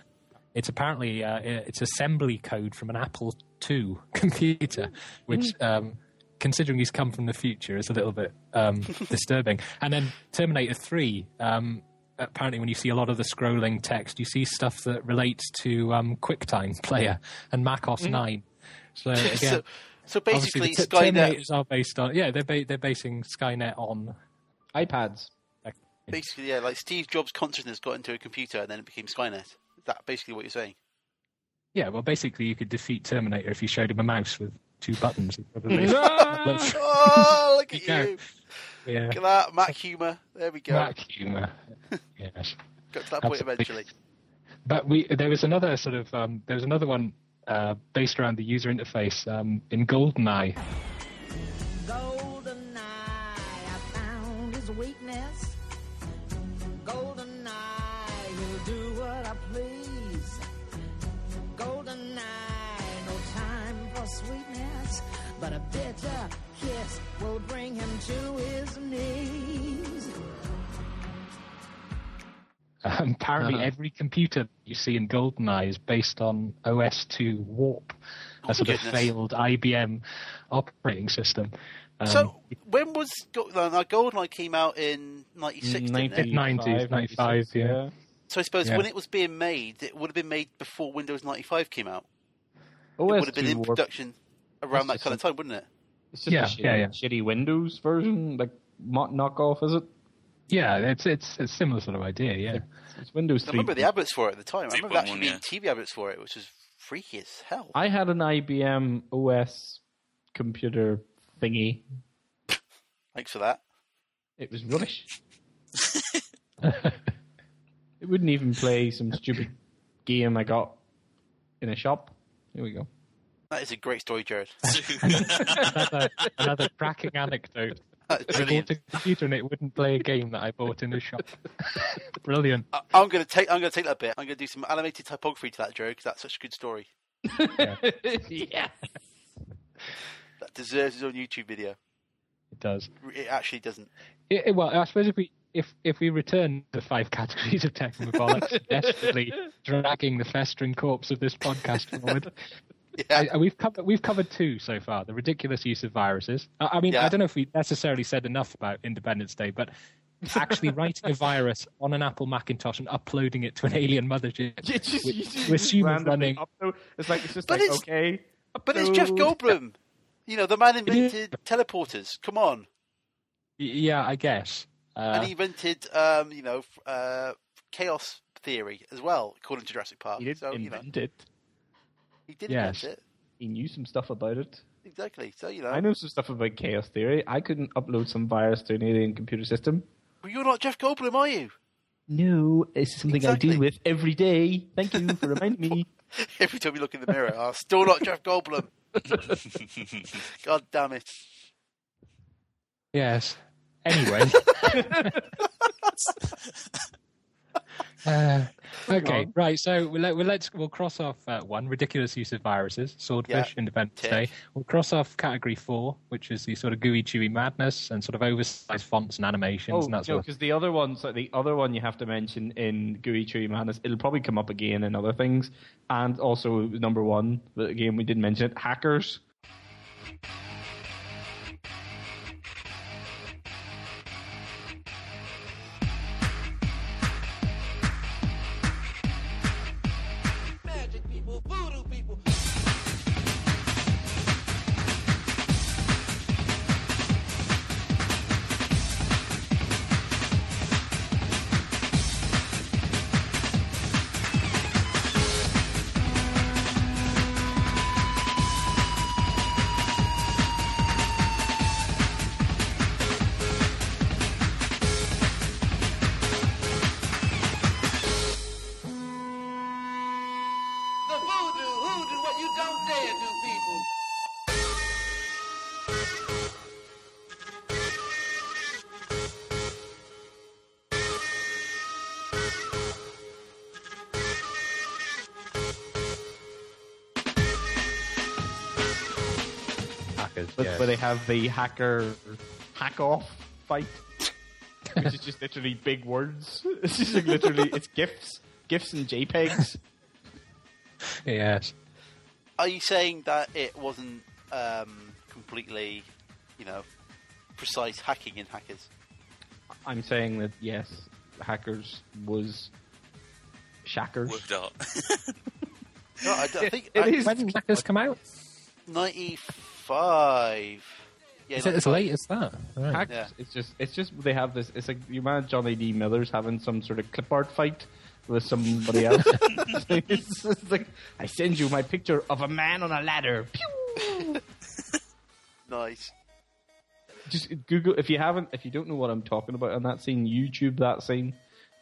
S4: it's apparently uh, it's assembly code from an Apple II computer, which,
S2: Mm.
S4: um, considering he's come from the future, is a little bit um, disturbing. And then Terminator Three. Um, apparently, when you see a lot of the scrolling text, you see stuff that relates to um, QuickTime Player and macOS Nine. So again.
S2: Mm-hmm. so, so
S4: obviously
S2: basically,
S4: the t-
S2: Skynet.
S4: Terminators are based on yeah they're ba- they're basing Skynet on
S12: iPads.
S2: Basically, yeah, like Steve Jobs' consciousness got into a computer and then it became Skynet. Is that basically what you're saying?
S4: yeah well basically you could defeat Terminator if you showed him a mouse with two buttons. He'd probably-
S12: Ah!
S2: Oh, look at
S4: Yeah.
S2: you!
S4: yeah.
S2: Look at that, Mac humor. There we go.
S4: Black humour. yes.
S2: Got to that point
S4: Absolutely.
S2: eventually.
S4: But we there was another sort of um, there was another one uh, based around the user interface um, in GoldenEye.
S7: Golden eye, I found his weakness. Golden eye, he'll do what I please. Golden eye, no time for sweetness, but a bitter kiss will bring him to his knees.
S4: Um, apparently,
S12: Uh-huh.
S4: every computer you see in GoldenEye is based on OS2 Warp, a sort of
S2: Oh goodness.
S4: failed IBM operating system. Um,
S2: so, when was Go- no, no, GoldenEye came out in '96? didn't it?
S4: 90s, 95, yeah.
S2: So I suppose
S4: Yeah.
S2: when it was being made, it would have been made before Windows 95 came out.
S12: Oh,
S2: it would have been in production around
S12: That's
S2: that kind of
S12: just
S2: time, wouldn't it?
S12: It's just
S4: Yeah,
S12: a shitty,
S4: yeah, yeah.
S12: shitty Windows version, like mo- knockoff, is it?
S4: yeah, it's it's it's a similar sort of idea. Yeah,
S12: It's Windows
S2: 'Cause I
S12: three.
S2: remember the adverts for it at the time. I remember there actually
S3: 3.1,
S2: being TV
S3: yeah.
S2: adverts for it, which was freaky as hell.
S12: I had an IBM OS computer thingy.
S2: Thanks for that.
S12: It was rubbish. it wouldn't even play some stupid game I got in a shop. Here we go.
S2: That is a great story, Jared.
S4: another, another cracking anecdote.
S2: That is
S4: I
S2: brilliant.
S4: bought a computer and it wouldn't play a game that I bought in the shop. Brilliant.
S2: I- I'm gonna take. I'm gonna take that bit. I'm gonna do some animated typography to that, Jared, because that's such a good story.
S7: Yeah.
S2: That deserves its own YouTube video.
S4: It does.
S2: It actually doesn't.
S4: It, it- well, I suppose if we if if we return the five categories of technical bollocks, desperately dragging the festering corpse of this podcast forward,
S2: Yeah.
S4: I- we've covered we've covered two so far: the ridiculous use of viruses. I, I mean,
S2: Yeah.
S4: I don't know if we necessarily said enough about Independence Day, but actually writing a virus on an Apple Macintosh and uploading it to an alien mothership.
S12: You just,
S4: With- with humans
S12: randomly
S4: running.
S12: upload- It's like it's just
S2: But
S12: like
S2: it's-
S12: okay.
S2: But it's Jeff
S12: upload.
S2: Goldblum. You know, the man
S4: is-
S2: invented teleporters. Come on.
S4: Y- Yeah, I guess. Uh,
S2: and he invented, um, you know, f- uh, chaos theory as well, according to Jurassic Park.
S12: He didn't
S2: so, you know,
S12: invent it.
S2: he did
S4: Yes.
S2: invent it.
S12: He knew some stuff about it.
S2: Exactly. So, you know,
S12: I know some stuff about chaos theory. I couldn't upload some virus to an alien computer system.
S2: well, you're not Jeff Goldblum, are you?
S12: No, it's something I
S2: Exactly.
S12: deal with every day. Thank you for reminding me.
S2: Every time you look in the mirror, I'm still not Jeff Goldblum. God damn it.
S4: Yes. Anyway. Uh, okay, right. So we'll, let, we'll let's we'll cross off uh, one ridiculous use of viruses, swordfish, Independence
S2: Tick.
S4: Day. We'll cross off category four, which is the sort of gooey, chewy madness and sort of oversized fonts and animations
S12: Oh
S4: and that
S12: no,
S4: sort of.
S12: because the other one, so the other one you have to mention in Gooey Tree Madness, it'll probably come up again in other things, and also number one, but again we didn't mention it, hackers.
S7: The voodoo, hoodoo, what you don't dare do, people.
S4: Hackers,
S12: That's
S4: yeah.
S12: where they have the hacker hack off fight, which is just literally big words. It's just like literally it's gifs, gifs and JPEGs.
S4: Yes.
S2: Are you saying that it wasn't um, completely, you know, precise hacking in hackers?
S12: I'm saying that yes, hackers was shackers.
S3: Word art.
S2: No, I, I think
S12: It
S2: I,
S12: is
S4: When did Hackers come out?
S2: 95. Yeah,
S4: Is it as
S2: 95.
S4: late as that? Right.
S12: Hackers,
S2: Yeah.
S12: it's just it's just they have this. It's like you imagine Johnny D. Miller's having some sort of clip art fight with somebody else. it's just like I send you my picture of a man on a ladder. Pew!
S2: Nice.
S12: Just Google if you haven't if you don't know what I'm talking about on that scene. YouTube that scene.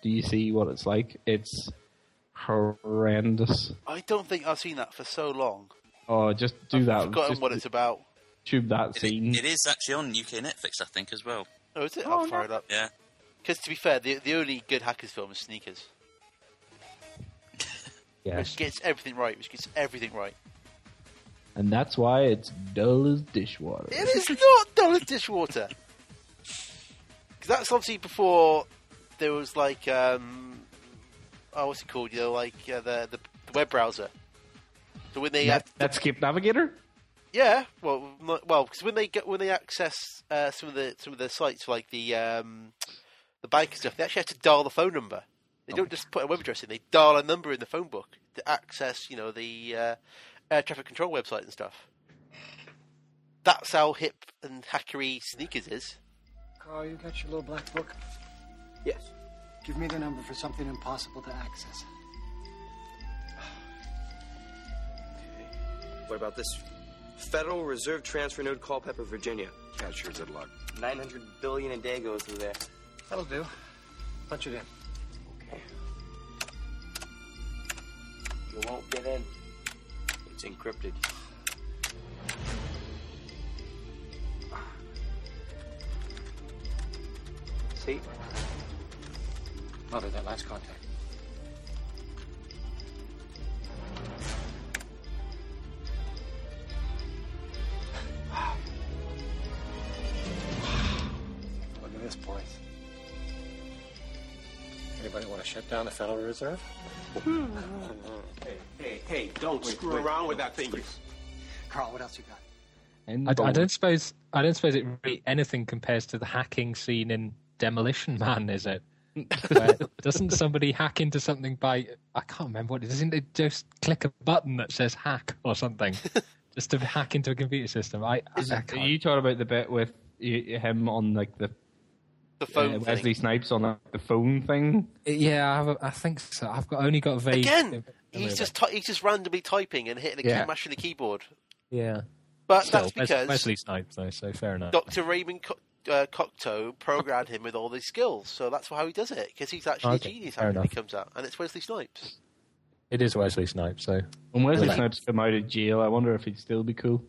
S12: Do you see what it's like? It's horrendous.
S2: I don't think I've seen that for so long.
S12: Oh, just do that.
S2: I've forgotten
S12: just
S2: what it's about.
S12: YouTube that
S3: It-
S12: scene.
S3: it is actually on UK Netflix, I think, as well.
S2: Oh, is it? I'll fire it up.
S3: Yeah.
S2: Because to be fair, the, the only good hackers film is Sneakers,
S4: Yes.
S2: which gets everything right. Which gets everything right.
S12: and that's why it's dull as dishwater.
S2: It is not dull as dishwater. Because that's obviously before there was like, um, oh, what's it called? You know, like uh, the, the the web browser. So when they
S12: Net-
S2: had-
S12: Netscape Navigator.
S2: Yeah, well, m- well, because when they get when they access uh, some of the some of the sites like the um, the bank and stuff, they actually have to dial the phone number. They don't just put a web address in; they dial a number in the phone book to access, you know, the uh, air traffic control website and stuff. That's how hip and hackery sneakers is.
S7: Carl, you got your little black book?
S13: Yes.
S7: Give me the number for something impossible to access.
S13: What about this? Federal Reserve Transfer Node, Culpeper, Virginia. Cashier's at luck. 900 billion a day goes through there.
S7: That'll do. Punch it in.
S13: Okay. You won't get in. It's encrypted. See?
S7: Mother, that last contact. Look at this, boys. Anybody want to shut down the Federal Reserve?
S13: Hmm. Hey, hey, hey, don't screw around with that thing.
S7: Carl, what else you got?
S12: And
S4: I, I
S12: bones.
S4: don't suppose I don't suppose it really anything compares to the hacking scene in Demolition Man, is it? Where doesn't somebody hack into something by I can't remember what it is. Isn't it just click a button that says hack or something just to hack into a computer system? I, I, I
S12: Are
S4: can't.
S12: you talking about the bit with y- him on like the
S2: The
S12: uh,
S2: phone thing.
S12: Wesley Snipes on like, the phone thing?
S4: Yeah, I, have a, I think so. I've got only got a vague
S2: Again,
S4: memory
S2: he's
S4: of
S2: just ty- he's just randomly typing and hitting the
S12: Yeah.
S2: key, mashing the keyboard.
S4: it. yeah.
S2: But
S4: Still,
S2: that's because
S4: Wesley Snipes though, so fair enough.
S2: Dr. Raymond Co- uh, Cocteau programmed him with all these skills, so that's how he does it, because he's actually
S4: Okay,
S2: a genius
S4: fair
S2: how he
S4: enough.
S2: comes out, and it's Wesley Snipes.
S4: It is Wesley Snipes, so
S12: When Wesley
S4: Right.
S12: Snipes come out of jail, I wonder if he'd still be cool.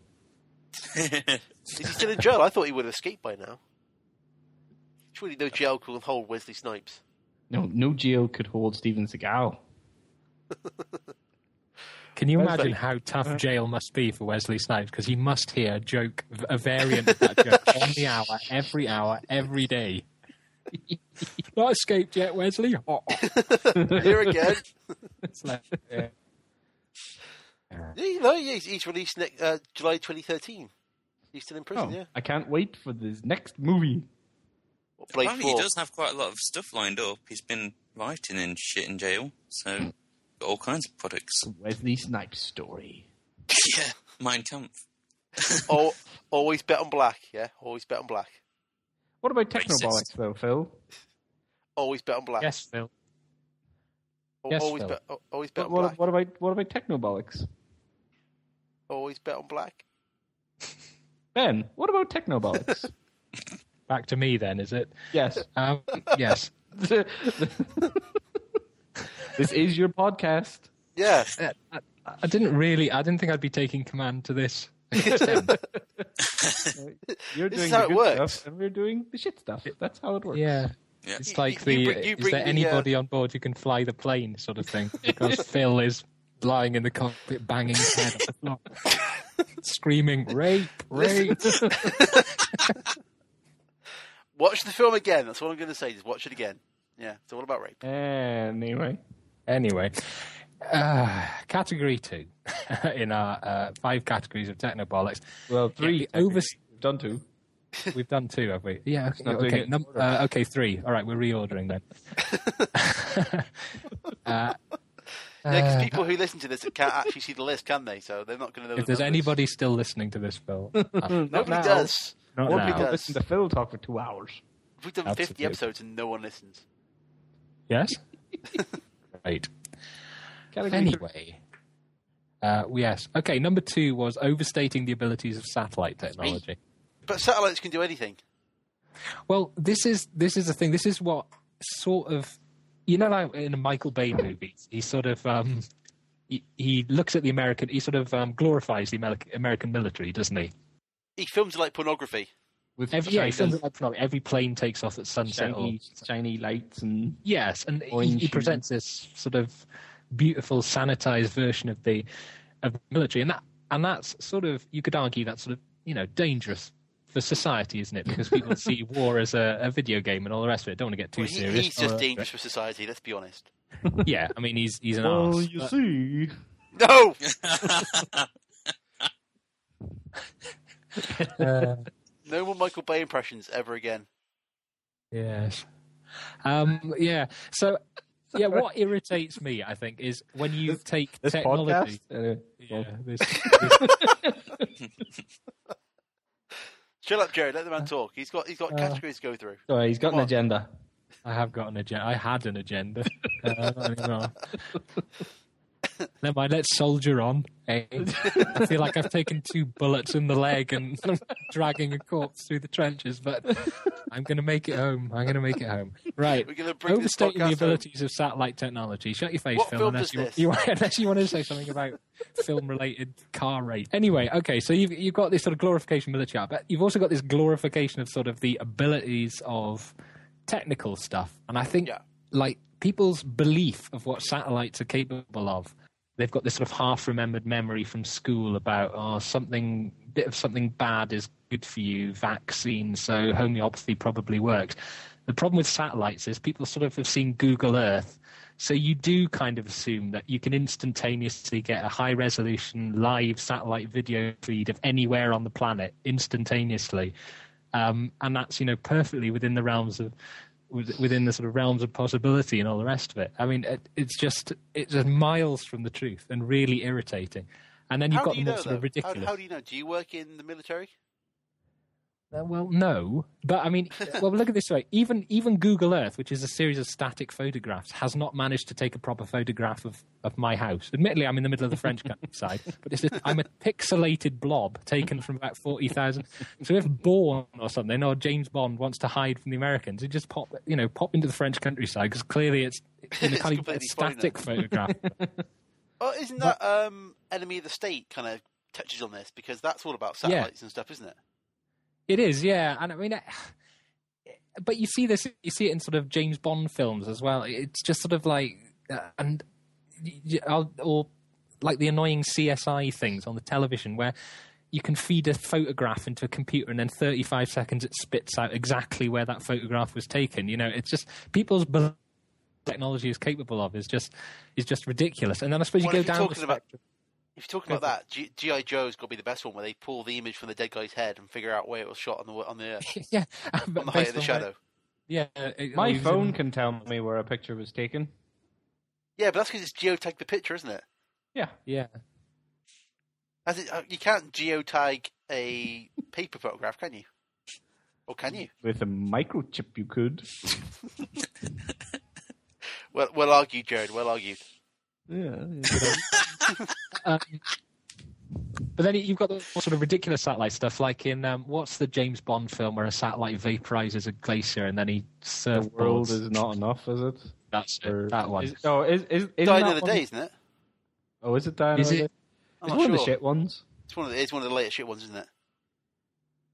S2: Is he still in jail? I thought he would have escaped by now. Surely no jail can hold Wesley Snipes.
S12: No, no jail could hold Steven Seagal.
S4: Can you imagine how tough jail must be for Wesley Snipes? Because he must hear a joke, a variant of that joke on the hour, every hour, every day. Not escaped yet, Wesley. oh,
S2: Here again.
S4: It's like, yeah.
S2: Yeah, you know, yeah, he's, he's released ne- uh, July 2013. He's still in prison,
S12: Oh,
S2: yeah.
S12: I can't wait for this next movie.
S2: Or Blade
S3: Apparently,
S2: 4.
S3: he does have quite a lot of stuff lined up. He's been writing and shit in jail, so got all kinds of products.
S12: Wesley Snipes story.
S3: yeah, Mein Kampf.
S2: Al- always bet on black, yeah? Always bet on black.
S12: What about
S3: Racist.
S12: Technobolics though, Phil?
S2: Always bet on black.
S4: yes, Phil.
S2: Al-
S4: yes,
S2: always,
S4: Phil.
S2: bet, al- always bet
S12: What,
S2: on
S12: what,
S2: black.
S12: what about what about Technobolics?
S2: Always bet on black.
S12: Ben, what about Technobolics?
S4: Back to me then, is it?
S12: yes.
S4: Um, yes.
S12: this is your podcast.
S2: Yeah.
S4: I, I- I didn't really. I didn't think I'd be taking command to this.
S12: You're
S2: This
S12: doing
S2: is
S12: the
S2: how it
S12: good
S2: works.
S12: stuff, and we're doing the shit stuff. That's how it works.
S4: Yeah.
S3: Yeah.
S4: It's
S2: You-
S4: like
S2: you-
S4: the
S2: you bring- you
S4: is
S2: bring
S4: there
S2: the, uh,
S4: anybody on board who can fly the plane sort of thing because Phil is lying in the cockpit banging his head on the floor, screaming rape, rape.
S2: Watch the film again. That's all I'm going to say. Just watch it again. Yeah, it's all about rape.
S12: Anyway,
S4: anyway, uh, category two in our uh, five categories of technobolics.
S12: well, three
S4: the over-
S12: technically. We've done two.
S4: We've done two, have we? Yeah. Okay.
S12: not doing
S4: Okay,
S12: it in
S4: num- uh, okay. Three. All right. We're reordering Uh, then.
S2: Yeah, because people who listen to this can't actually see the list, can they? So they're not going to know.
S4: Uh, If
S2: the
S4: there's
S2: numbers.
S4: anybody still listening to this, Phil, uh,
S2: nobody does.
S4: not
S2: Nobody
S4: now.
S2: does.
S12: Listen to Phil talk for two hours.
S2: We've done 50
S4: Absolutely.
S2: episodes and no one listens.
S4: Yes. Right.
S12: Category
S4: Anyway. Uh, yes. Okay. Number two was overstating the abilities of satellite technology.
S2: But satellites can do anything.
S4: Well, this is this is the thing. This is what sort of you know, like in a Michael Bay movie, he sort of um, he, he looks at the American. He sort of um, glorifies the Ameri- American military, doesn't he?
S2: He films like pornography.
S12: with
S4: Every yeah, he films
S12: shiny,
S4: it like from- every plane takes off at sunset. or-
S12: shiny, shiny lights and
S4: yes, and he,
S12: Orange
S4: he
S12: shoes.
S4: presents this sort of beautiful, sanitized version of the of the military, and that and that's sort of you could argue that's sort of you know dangerous for society, isn't it? Because people see war as a, a video game and all the rest of it. Don't want to get too
S2: Well, he-
S4: serious.
S2: he's just
S4: Or-
S2: dangerous for society, let's be honest.
S4: yeah, I mean he's he's an
S12: Well,
S4: arse.
S12: you see,
S2: No! No more Michael Bay impressions ever again.
S4: yes. Um, yeah. So yeah, what irritates me, I think, is when you take
S12: this
S4: technology.
S12: podcast. Uh,
S4: Yeah, this,
S2: Chill up, Jared. Let
S4: Uh,
S2: the man talk. He's got he's got categories to go through.
S12: sorry, he's got
S2: Come
S12: an
S2: on.
S12: agenda.
S4: I have got an agenda. I had an agenda. Uh, I don't anymore. Never mind. Let's soldier on. Eh? I feel like I've taken two bullets in the leg and I'm dragging a corpse through the trenches, but I'm going to make it home. I'm going to make it home. Right.
S2: We're gonna bring this
S4: Overstating the
S2: podcast home.
S4: abilities of satellite technology. Shut your face,
S2: What
S4: Phil.
S2: film is
S4: unless you,
S2: this?
S4: you unless you want to say something about film-related car race. Anyway, okay. So you've you've got this sort of glorification of military, art, but you've also got this glorification of sort of the abilities of technical stuff. And I think
S2: Yeah.
S4: like people's belief of what satellites are capable of. They've got this sort of half-remembered memory from school about oh something bit of something bad is good for you, vaccine, so homeopathy probably works. The problem with satellites is people sort of have seen Google Earth, so you do kind of assume that you can instantaneously get a high resolution live satellite video feed of anywhere on the planet instantaneously. Um, and that's, you know, perfectly within the realms of with- within the sort of realms of possibility and all the rest of it. I mean, it, it's just it's just miles from the truth and really irritating. And then you've
S2: how
S4: got
S2: do you
S4: the
S2: know,
S4: more sort of
S2: though?
S4: ridiculous.
S2: How, how do you know? Do you work in the military?
S4: Uh, well, no, but I mean, well, look at it this way. Even even Google Earth, which is a series of static photographs, has not managed to take a proper photograph of, of my house. Admittedly, I'm in the middle of the French countryside, but it's just, I'm a pixelated blob taken from about forty thousand. So if Bourne or something or James Bond wants to hide from the Americans, he just pop you know pop into the French countryside because clearly it's you know,
S2: It's
S4: can't even get a
S2: completely fine then.
S4: static photograph.
S2: Oh, isn't that um, Enemy of the State kind of touches on this because that's all about
S4: Yeah.
S2: satellites and stuff, isn't it?
S4: It is, yeah, and I mean, I- but you see this, you see it in sort of James Bond films as well. It's just sort of like, uh, and y- y- I'll- or like the annoying CSI things on the television where you can feed a photograph into a computer and then 35 seconds it spits out exactly where that photograph was taken. You know, it's just people's bel- technology is capable of is just is just ridiculous. And then I suppose
S2: Well,
S4: you
S2: if
S4: go
S2: you're
S4: down. the
S2: talking about-
S4: spectrum-
S2: If you're talking about that, G- GI Joe's got to be the best one, where they pull the image from the dead guy's head and figure out where it was shot on the on the earth,
S4: yeah,
S2: on the height of the
S4: based on where-
S2: shadow.
S4: yeah, uh, it- it
S12: My
S4: was
S12: phone
S4: in-
S12: can tell me where a picture was taken.
S2: Yeah, but that's because it's geotag the picture, isn't it?
S4: yeah,
S2: As it, uh, you can't geotag a paper photograph, can you? Or can you?
S12: With a microchip, you could.
S2: Well, well argued, Jared. Well argued.
S12: Yeah.
S4: Um, but then you've got the sort of ridiculous satellite stuff, like in um, what's the James Bond film where a satellite vaporizes a glacier and then he
S12: the
S4: surfboards?
S12: world is not enough, is it?
S4: That's it,
S12: Or-
S4: that one.
S12: Is, no, is, is, isn't
S2: Die
S12: that
S2: Another
S12: one-
S2: Day, isn't it?
S12: Oh, is it Diana?
S4: Is
S12: Is
S4: it-
S2: I'm
S12: it's
S2: not
S12: one of the
S2: sure.
S12: shit ones.
S2: It's one of the, it's one of the latest shit ones, isn't it?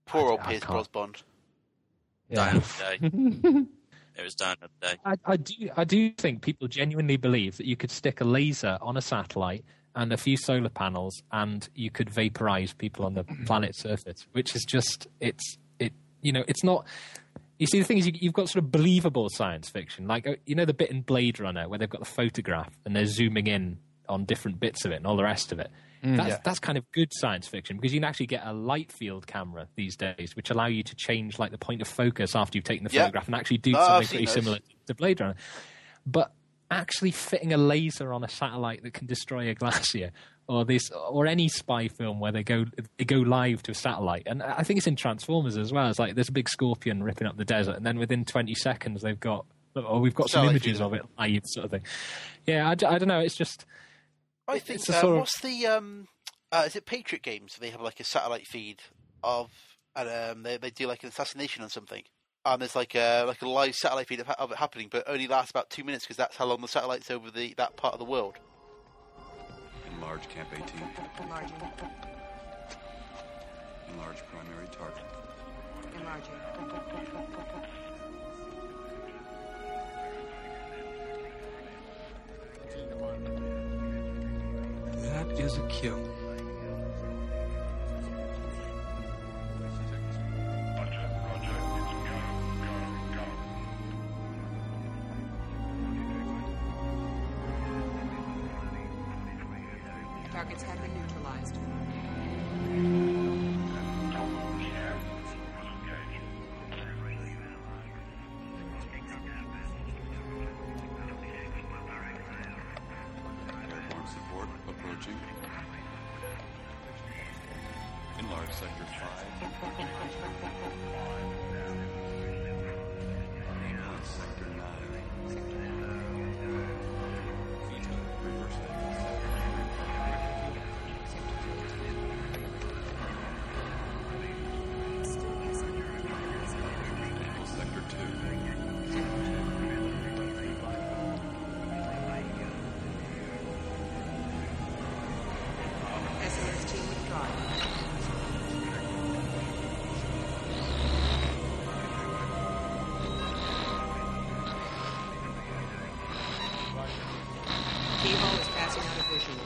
S2: Poor
S4: I-
S2: old
S4: I
S2: Pierce
S4: can't.
S2: Brosnan.
S3: Dine of the day. it was dine of the day.
S4: I, I do, I do think people genuinely believe that you could stick a laser on a satellite and a few solar panels, and you could vaporize people on the planet's surface, which is just it's it. You know, it's not. You see, the thing is, you, you've got sort of believable science fiction, like uh, you know the bit in Blade Runner where they've got the photograph and they're zooming in on different bits of it and all the rest of it. that's that's kind of good science fiction because you can actually get a light field camera these days, which allow you to change like the point of focus after you've taken the
S2: Yeah.
S4: photograph and actually do
S2: Oh, I've
S4: something
S2: seen
S4: pretty
S2: those.
S4: similar to Blade Runner. But actually fitting a laser on a satellite that can destroy a glacier, or this, or any spy film where they go they go live to a satellite, and I think it's in Transformers as well. It's like there's a big scorpion ripping up the desert, and then within 20 seconds they've got, oh, we've got some
S2: Satellite
S4: images
S2: feeder.
S4: of it live, sort of thing. Yeah, I, d- I don't know. It's just
S2: I
S4: It-
S2: think
S4: it's a
S2: uh,
S4: sort of-
S2: what's the um, uh, is it Patriot Games? They have like a satellite feed of, and um, they they do like an assassination on something, and there's like a like a live satellite feed of, ha- of it happening, but only lasts about two minutes because that's how long the satellite's over the that part of the world.
S13: Enlarge Camp 18.
S7: Enlarging,
S13: Enlarge primary target.
S7: enlarging.
S13: That is a kill.
S7: Targets have been neutralized.
S13: Airborne support approaching. Enlarge sector 5. Enlarge sector 9. Veto. Reverse that. Enables sector 2.
S7: SOS team withdrawn. Keyhole is passing out of vision.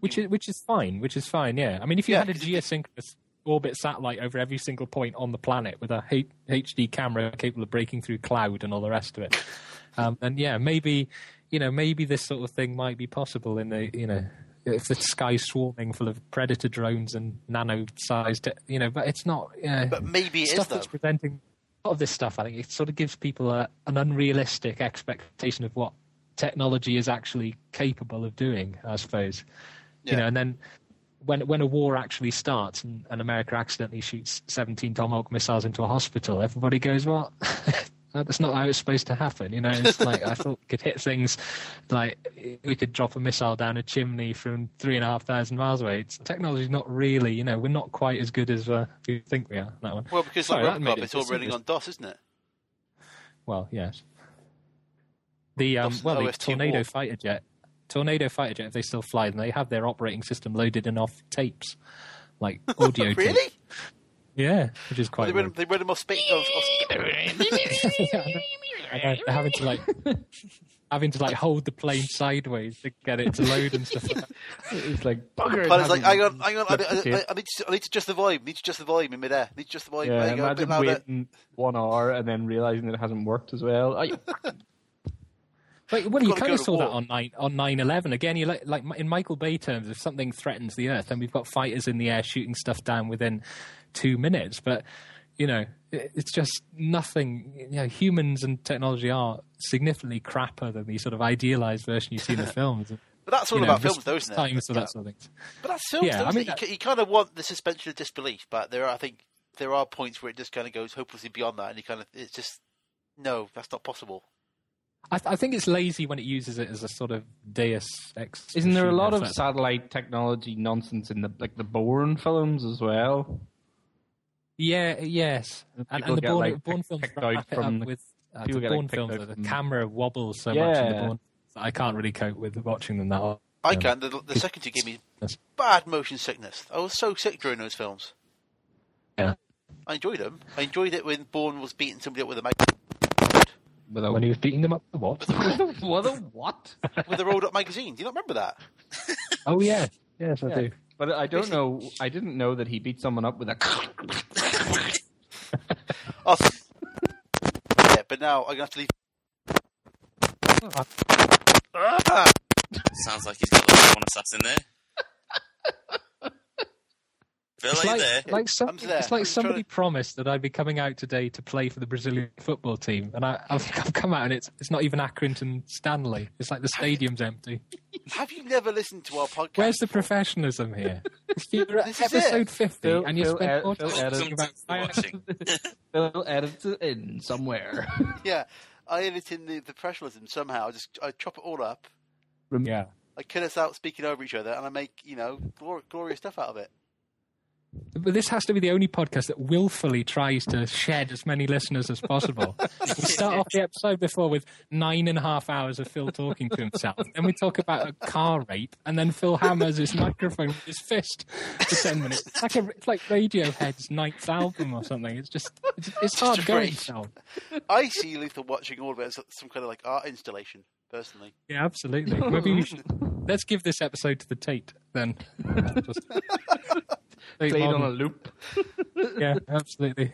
S4: which is which is fine, which is fine. Yeah, I mean, if you
S2: Yeah,
S4: had a geosynchronous orbit satellite over every single point on the planet with a H- HD camera capable of breaking through cloud and all the rest of it, um, and yeah, maybe you know maybe this sort of thing might be possible in the you know if the sky's swarming full of predator drones and nano-sized you know, but it's not. Yeah,
S2: But maybe it is
S4: stuff
S2: though.
S4: that's presenting a lot of this stuff. I think it sort of gives people a, an unrealistic expectation of what technology is actually capable of doing. I suppose you
S2: Yeah.
S4: know, and then when when a war actually starts and, and America accidentally shoots seventeen tomahawk missiles into a hospital, everybody goes, "What? That's not how it's supposed to happen." You know, it's like I thought we could hit things, like we could drop a missile down a chimney from three and a half thousand miles away. It's, technology's not really, you know, we're not quite as good as uh, you think we are. That one.
S2: Well, because
S4: Sorry,
S2: like
S4: that made
S2: Robocop,
S4: it
S2: it's all running
S4: disinterest-
S2: on DOS, isn't it?
S4: Well, yes. The um,
S2: That's
S4: well, the
S2: OST
S4: tornado
S2: war.
S4: fighter jet, tornado fighter jet. If they still fly them, they have their operating system loaded and off tapes, like audio. tapes.
S2: Really?
S4: Yeah, which is
S2: They
S4: quite.
S2: run,
S4: weird.
S2: they run them off space. Off, off,
S4: Yeah, I know. Yeah, they're having to like having to like hold the plane sideways to get it to load and stuff. Like that.
S12: It's like bugger.
S2: Pilot's like, hang on, hang on, I, I, I, I need to, I need to adjust the volume, need to adjust the volume in midair, need to adjust the volume.
S12: yeah,
S2: there you go, a bit
S12: imagine
S2: louder.
S12: waiting one hour and then realizing it hasn't worked as well. Oh, you
S4: But well, you
S2: gotta
S4: kind
S2: go
S4: of
S2: to
S4: saw that
S2: war.
S4: on nine on nine eleven again. You like, like in Michael Bay terms, if something threatens the Earth, then we've got fighters in the air shooting stuff down within two minutes. But you know, it, it's just nothing. You know, humans and technology are significantly crapper than the sort of idealized version you see in the films.
S2: But that's all
S4: You know,
S2: about films, though,
S4: response
S2: isn't it?
S4: Times and that sort of thing.
S2: But that's films,
S4: Yeah,
S2: though,
S4: I
S2: isn't
S4: mean,
S2: it? You,
S4: that-
S2: ca- you kind of want the suspension of disbelief, but there are, I think, there are points where it just kind of goes hopelessly beyond that, and you kind of, it's just, no, that's not possible.
S4: I, th- I think it's lazy when it uses it as a sort of Deus ex.
S12: Isn't there a
S4: machina,
S12: lot
S4: if
S12: of
S4: that's-
S12: satellite technology nonsense in the like the Bourne films as well?
S4: Yeah, yes. And,
S12: People
S4: and the
S12: get,
S4: Bourne,
S12: like,
S4: Bourne
S12: pick-
S4: films
S12: picked
S4: wrap
S12: out
S4: it
S12: from
S4: up
S12: the-
S4: with uh, the
S12: people get, like,
S4: Bourne
S12: picked
S4: films.
S12: out
S4: that The
S12: from-
S4: camera wobbles so much in the
S12: Yeah.
S4: Bourne that I can't really cope with watching them that often.
S2: I
S4: Yeah.
S2: can. The, the second you gave me
S4: That's-
S2: bad motion sickness. I was so sick during those films.
S4: Yeah.
S2: I enjoyed them. I enjoyed it when Bourne was beating somebody up with a mic
S1: When he was beating them up the what?
S12: what? what?
S2: with a rolled up magazine. Do you not remember that?
S1: oh yeah. Yes, I do.
S12: But I don't know. I didn't know that he beat someone up with a.
S2: Oh, yeah, but now I'm gonna have to leave. Ah!
S3: Sounds like he's got the one assassin there. Bill,
S4: It's
S3: are
S4: like,
S3: you there?
S4: like some-
S2: I'm there.
S4: it's
S2: I'm
S4: like
S2: trying
S4: somebody
S2: to-
S4: promised that I'd be coming out today to play for the Brazilian football team, and I, I've, I've come out and it's it's not even Accrington Stanley. It's like the stadium's empty.
S2: Have you never listened to our podcast?
S4: Where's the professionalism here? You're at
S2: This is it.
S4: episode fifty,
S12: Phil-
S4: and you
S12: Phil
S4: spent
S12: Ed-
S4: more
S12: Phil
S4: time
S12: Edit.
S4: talking about
S3: watching.
S12: They'll edit it in somewhere.
S2: Yeah, I edit in the, the professionalism somehow. I just I chop it all up.
S4: yeah.
S2: I cut us out speaking over each other, and I make you know glor- glorious stuff out of it.
S4: But this has to be the only podcast that willfully tries to shed as many listeners as possible. we start off the episode before with nine and a half hours of Phil talking to himself. Then we talk about a car rape, and then Phil hammers his microphone with his fist for ten minutes. It's like, a, it's like Radiohead's ninth album or something. It's just it's, it's hard
S2: Just
S4: going.
S2: great.
S4: Phil.
S2: I see Luther watching all of it as some kind of like art installation. Personally,
S4: Yeah, absolutely. Maybe we should let's give this episode to the Tate then. Just- Tate
S12: Played on
S4: Modern.
S12: a loop.
S4: yeah, absolutely.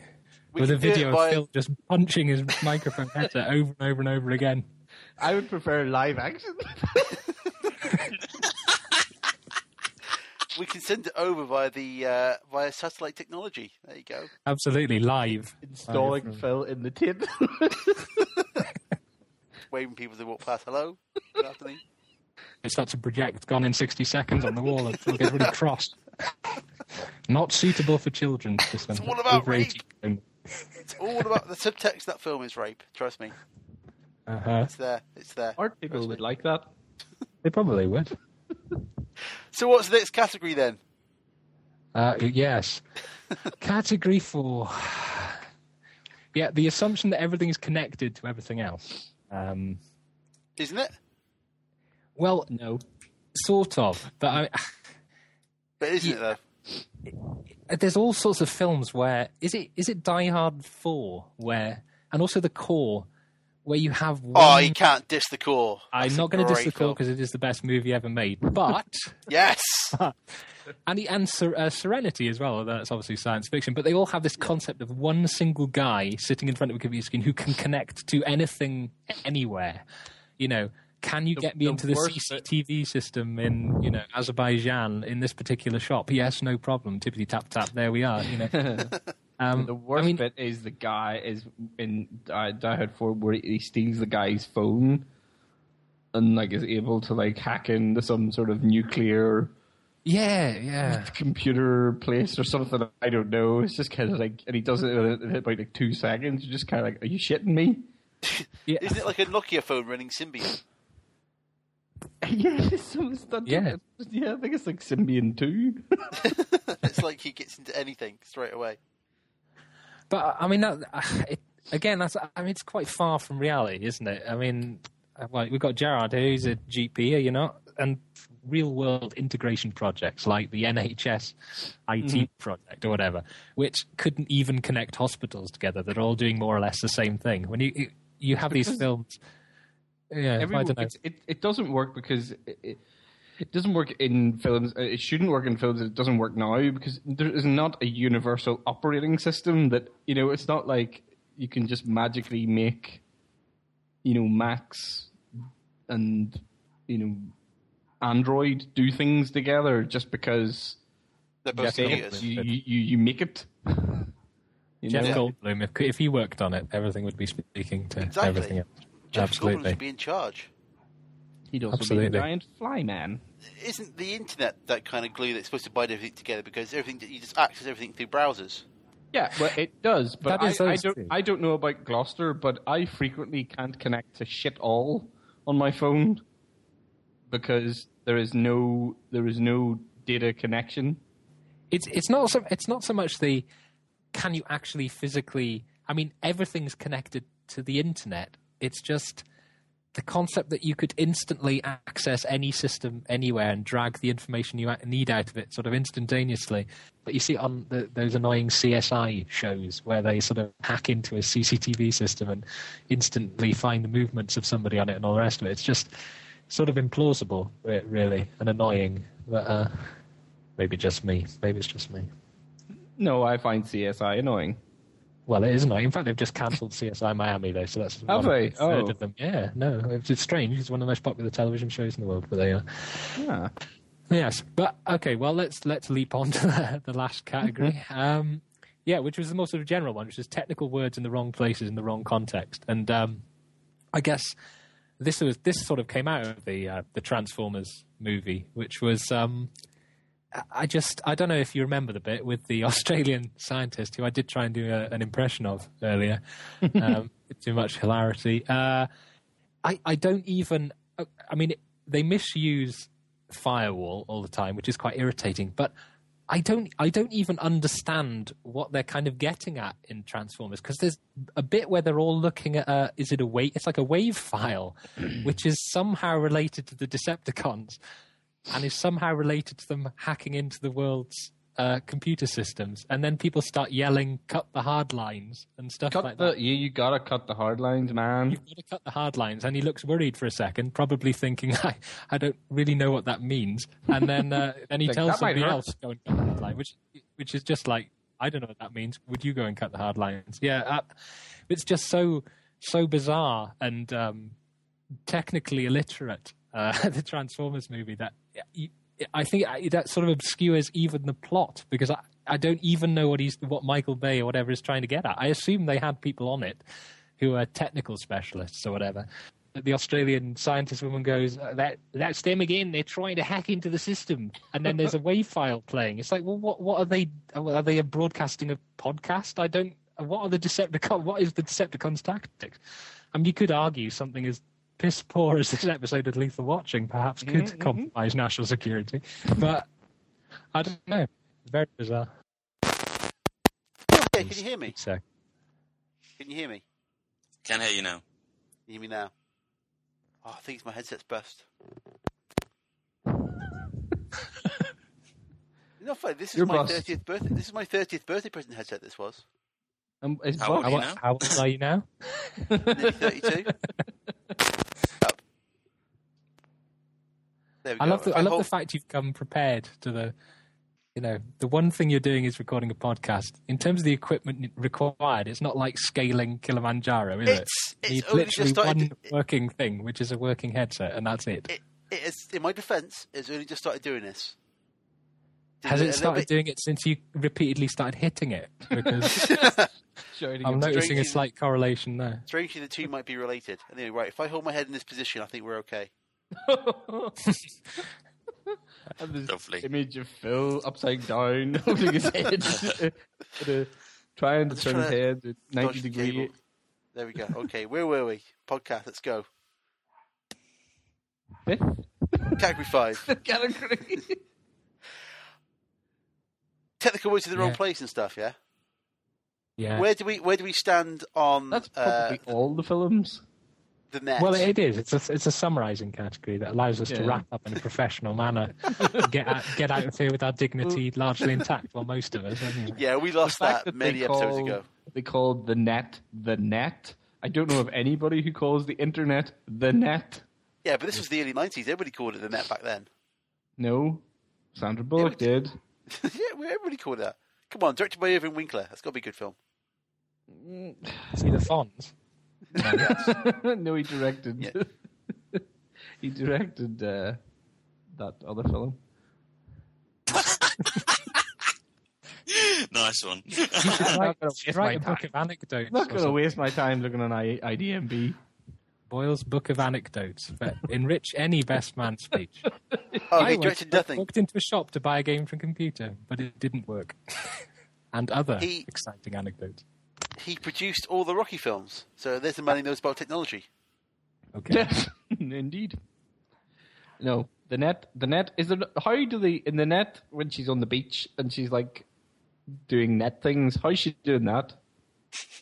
S2: We
S4: With a
S2: can do it
S4: video
S2: by-
S4: of Phil just punching his microphone headset over and over and over again.
S12: I would prefer live action.
S2: we can send it over via the uh, via satellite technology. There you go.
S4: Absolutely live.
S12: Installing
S4: Live.
S12: Phil in the tin.
S2: Waving people to walk past. Hello, good afternoon.
S4: It starts to project gone in 60 seconds on the wall and Phil gets really crossed. Not suitable for children. This one.
S2: all about
S4: Over
S2: rape.
S4: 18.
S2: It's all about the subtext of that film is rape. Trust me,
S4: Uh-huh.
S2: it's there. It's there.
S12: Art people would like that.
S4: They probably would.
S2: So what's the next category then?
S4: Uh, yes. Category four. Yeah, the assumption that everything is connected to everything else. Um,
S2: Isn't it?
S4: well,
S12: No.
S4: sort of. But I,
S2: But isn't it though?
S4: Uh, there's all sorts of films where is it is it Die Hard four where and also the core where you have one.
S2: Oh, you can't diss the core.
S4: I'm
S2: That's a
S4: not going to diss
S2: great
S4: the core
S2: film.
S4: because it is the best movie ever made, but
S2: Yes,
S4: and the- and Ser- uh, Serenity as well. although That's obviously science fiction, but they all have this concept of one single guy sitting in front of a computer screen who can connect to anything anywhere. You know, can you get me
S12: the
S4: into the
S12: worst
S4: CCTV system in you know Azerbaijan in this particular shop? Yes, no problem. Tippity tap tap. There we are. You know. Um,
S12: The worst
S4: I mean,
S12: bit is the guy is in uh, Die Hard 4 where he steals the guy's phone and like is able to like hack into some sort of nuclear
S4: Yeah, yeah.
S12: computer place or something. I don't know. It's just kind of like, and he does it in about like two seconds. You're just kind of like, are you shitting me?
S2: isn't it like a Nokia phone running Symbian?
S12: yeah, it's some stuff.
S4: Yeah.
S12: yeah. I think it's like Symbian Two.
S2: it's like he gets into anything straight away.
S4: But I mean, that, it, again, that's I mean, it's quite far from reality, isn't it? I mean, uh, well, we've got Gerard, who's a GP, are you not? And real world integration projects like the NHS IT project or whatever, which couldn't even connect hospitals together. They're all doing more or less the same thing. When you you have these films. Yeah,
S12: Every-
S4: I don't know.
S12: it's- It, it doesn't work because it, it, it doesn't work in films. uh, It shouldn't work in films. It doesn't work now because there is not a universal operating system that you know. It's not like you can just magically make, you know, Max and you know, Android do things together just because
S2: They're both
S12: you,
S2: computers.
S12: you, you, you make it. You
S4: Jeff
S12: know?
S4: Goldblum, if, if he worked on it, everything would be speaking to
S2: Exactly.
S4: everything else.
S2: Jeff Goldblum
S4: Absolutely.
S2: should be in charge.
S12: He'd also
S4: Absolutely.
S12: be a giant fly man.
S2: Isn't the internet that kind of glue that's supposed to bind everything together? Because everything you just access everything through browsers.
S12: Yeah, well, it does, but
S4: That is
S12: I, I
S4: us
S12: don't.
S4: too.
S12: I don't know about Gloucester, but I frequently can't connect to shit all on my phone because there is no there is no data connection.
S4: It's it's not so it's not so much the can you actually physically. I mean, everything's connected to the internet. It's just the concept that you could instantly access any system anywhere and drag the information you a- need out of it sort of instantaneously. But you see on the, those annoying CSI shows where they sort of hack into a CCTV system and instantly find the movements of somebody on it and all the rest of it. It's just sort of implausible, re- really, and annoying. But uh, maybe just me. Maybe it's just me.
S12: No, I find CSI annoying.
S4: Well, it is annoying. In fact, they've just cancelled CSI Miami, though, so that's one
S12: Have they?
S4: Of, the third
S12: Oh.
S4: of them. Yeah, no, it's, it's strange. It's one of the most popular television shows in the world, but they are.
S12: Yeah.
S4: Yes, but okay. Well, let's let's leap on to the, the last category.
S12: Mm-hmm.
S4: um, yeah, which was the more sort of general one, which is technical words in the wrong places in the wrong context, and um, I guess this was this sort of came out of the uh, the Transformers movie, which was um, I- I just I don't know if you remember the bit with the Australian scientist who I did try and do a, an impression of earlier. um, too much hilarity. Uh, I I don't even uh, I mean they misuse firewall all the time, which is quite irritating. But I don't I don't even understand what they're kind of getting at in Transformers because there's a bit where they're all looking at a, is it a wave? It's like a wave file, which is somehow related to the Decepticons, and is somehow related to them hacking into the world's. Uh, computer systems, and then people start yelling, "Cut the hard lines" and stuff
S12: Cut
S4: like
S12: the
S4: that.
S12: you, you gotta cut the hard lines, man.
S4: You've got to cut the hard lines. And he looks worried for a second, probably thinking, I, I don't really know what that means. And then uh, then he
S12: Like,
S4: tells
S12: that might
S4: somebody
S12: hurt.
S4: else, go and cut the hard line, which, which is just like, I don't know what that means. Would you go and cut the hard lines? Yeah. Uh, it's just so, so bizarre and um, technically illiterate, uh, the Transformers movie, that you, I think I- that sort of obscures even the plot because I, I don't even know what he's what Michael Bay or whatever is trying to get at. I assume they had people on it who are technical specialists or whatever. But The Australian scientist woman goes, "Uh, "That that's them again. They're trying to hack into the system." And then there's a wave file playing. It's like, well, what what are they? uh, Are they broadcasting a podcast? I don't. uh, What are the Decepticon? What is the Decepticons' tactics? I mean, you could argue something as piss poor as this episode of Lethal Watching perhaps could compromise national security, but I don't know. It's Very bizarre.
S2: Yeah, can you hear me?
S4: So,
S2: Can you hear me?
S3: Can hear you now.
S2: Can You hear me now? Oh, I think it's my headset's burst. Not funny. This is
S12: Your
S2: my
S12: bust.
S2: thirtieth birthday. This is my thirtieth birthday present headset. This was
S12: Um, it's
S3: How old are
S12: Buck-
S3: you
S4: how,
S3: now?
S4: how old are you now?
S2: nearly thirty-two. Up. There we
S4: I
S2: go.
S4: love the
S2: If
S4: I love the
S2: hold-
S4: fact you've come prepared to the. You know, the one thing you're doing is recording a podcast. In terms of the equipment required, it's not like scaling Kilimanjaro, is it?
S2: It's-
S4: You
S2: it's
S4: need
S2: only just
S4: literally
S2: started
S4: one
S2: to-
S4: working thing, which is a working headset, and that's it.
S2: it, it is, in my defence, it's only just started doing this. Did
S4: Has
S2: a
S4: it
S2: little
S4: started
S2: bit-
S4: doing it since you repeatedly started hitting it? Because
S12: shouting
S4: I'm
S12: at-
S4: noticing a
S2: drinking-
S4: slight correlation there.
S2: Strangely, the two might be related. Anyway, right. If I hold my head in this position, I think we're okay.
S12: I have this
S3: Lovely.
S12: image of Phil upside down holding his head, at a- trying to
S2: Just trying
S12: turn his
S2: to
S12: head at ninety
S2: Dodge the
S12: degree.
S2: cable. There we go. Okay, where were we? Podcast. Let's go.
S12: Fifth
S2: Category five.
S12: category.
S2: Technical words in the wrong
S4: Yeah.
S2: place and stuff. Yeah.
S4: Yeah.
S2: Where do we Where do we stand on
S12: That's
S2: uh,
S12: probably all the films.
S2: the net?
S4: Well, it is. It's a it's a summarising category that allows us to
S12: Yeah.
S4: wrap up in a professional manner, and get out, get out of here with our dignity largely intact. Well, most of us. haven't we?
S2: yeah, we
S12: The
S2: lost that,
S12: fact that they
S2: many episodes
S12: called-
S2: ago.
S12: They called the net the net, I don't know of anybody who calls the internet the net.
S2: Yeah, but this was the early 90s. Everybody called it the net back then.
S12: No, Sandra Bullock
S2: Yeah,
S12: did.
S2: yeah, well, everybody called it that. Come on, directed by Irving Winkler. That's got to be a good film.
S5: See the fonts.
S12: no, he directed.
S2: Yeah.
S12: he directed uh, that other film.
S3: nice one.
S5: Right,
S4: It's Write a book of anecdotes.
S12: I'm
S4: or
S12: not going to
S4: something.
S12: waste my time looking on I- IDMB.
S4: Boyle's book of anecdotes. But enrich any best man speech.
S2: Oh,
S4: I
S2: he
S4: was-
S2: directed nothing.
S4: Walked into a shop to buy a game from computer, but it didn't work. and other
S2: He-
S4: exciting anecdotes.
S2: He produced all the Rocky films. So there's a man who knows about technology.
S4: Okay.
S12: Yes, indeed. No, the net. The net is there. How do they in the net when she's on the beach and she's like doing net things? How's she doing that?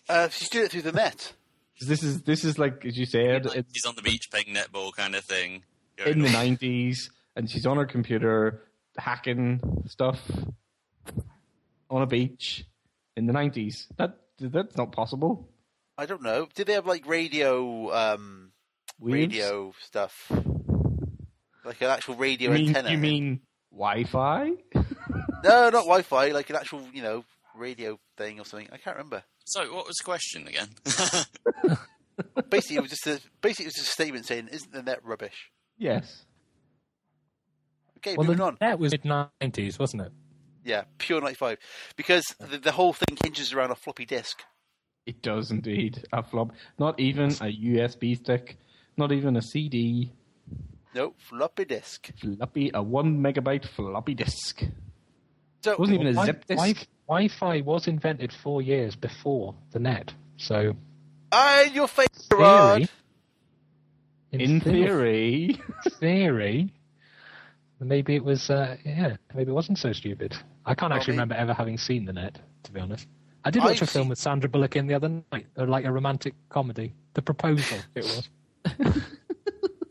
S2: Uh, she did it through the net.
S12: 'Cause This is this is like as you said,
S3: Like,
S12: it's
S3: he's on the beach playing netball kind of thing. Going
S12: in the
S3: on.
S12: nineties, and she's on her computer hacking stuff on a beach in the nineties. That that's not possible.
S2: I don't know. Did they have like radio, um,
S12: Waves?
S2: radio stuff? Like an actual radio
S12: You mean,
S2: antenna?
S12: you mean Wi-Fi?
S2: No, not Wi-Fi. Like an actual, you know, radio thing or something. I can't remember.
S3: Sorry, what was the question again?
S2: Basically, it was just a basically it was just a statement saying, "Isn't the net rubbish?"
S12: yes.
S2: Okay,
S4: Well,
S2: moving
S4: the
S2: on.
S4: net was mid 90s, wasn't it?
S2: Yeah, pure ninety-five because the, the whole thing hinges around a floppy disk.
S12: It does indeed. A flop. Not even a USB stick. Not even a CD.
S2: No, floppy disk.
S12: Floppy. A one megabyte floppy disk. It
S2: So
S12: wasn't even a zip
S5: Wi-
S12: disk.
S5: Wi-Fi was invented four years before the net, so
S2: Ah, your face, Gerard.
S5: theory,
S12: In theory.
S5: theory, maybe it was. Uh, yeah, maybe it wasn't so stupid. I can't
S2: Probably.
S5: actually remember ever having seen the net, to be honest. I did
S2: I've
S5: watch a film
S2: seen-
S5: with Sandra Bullock in the other night, uh, like a romantic comedy, The Proposal. It was.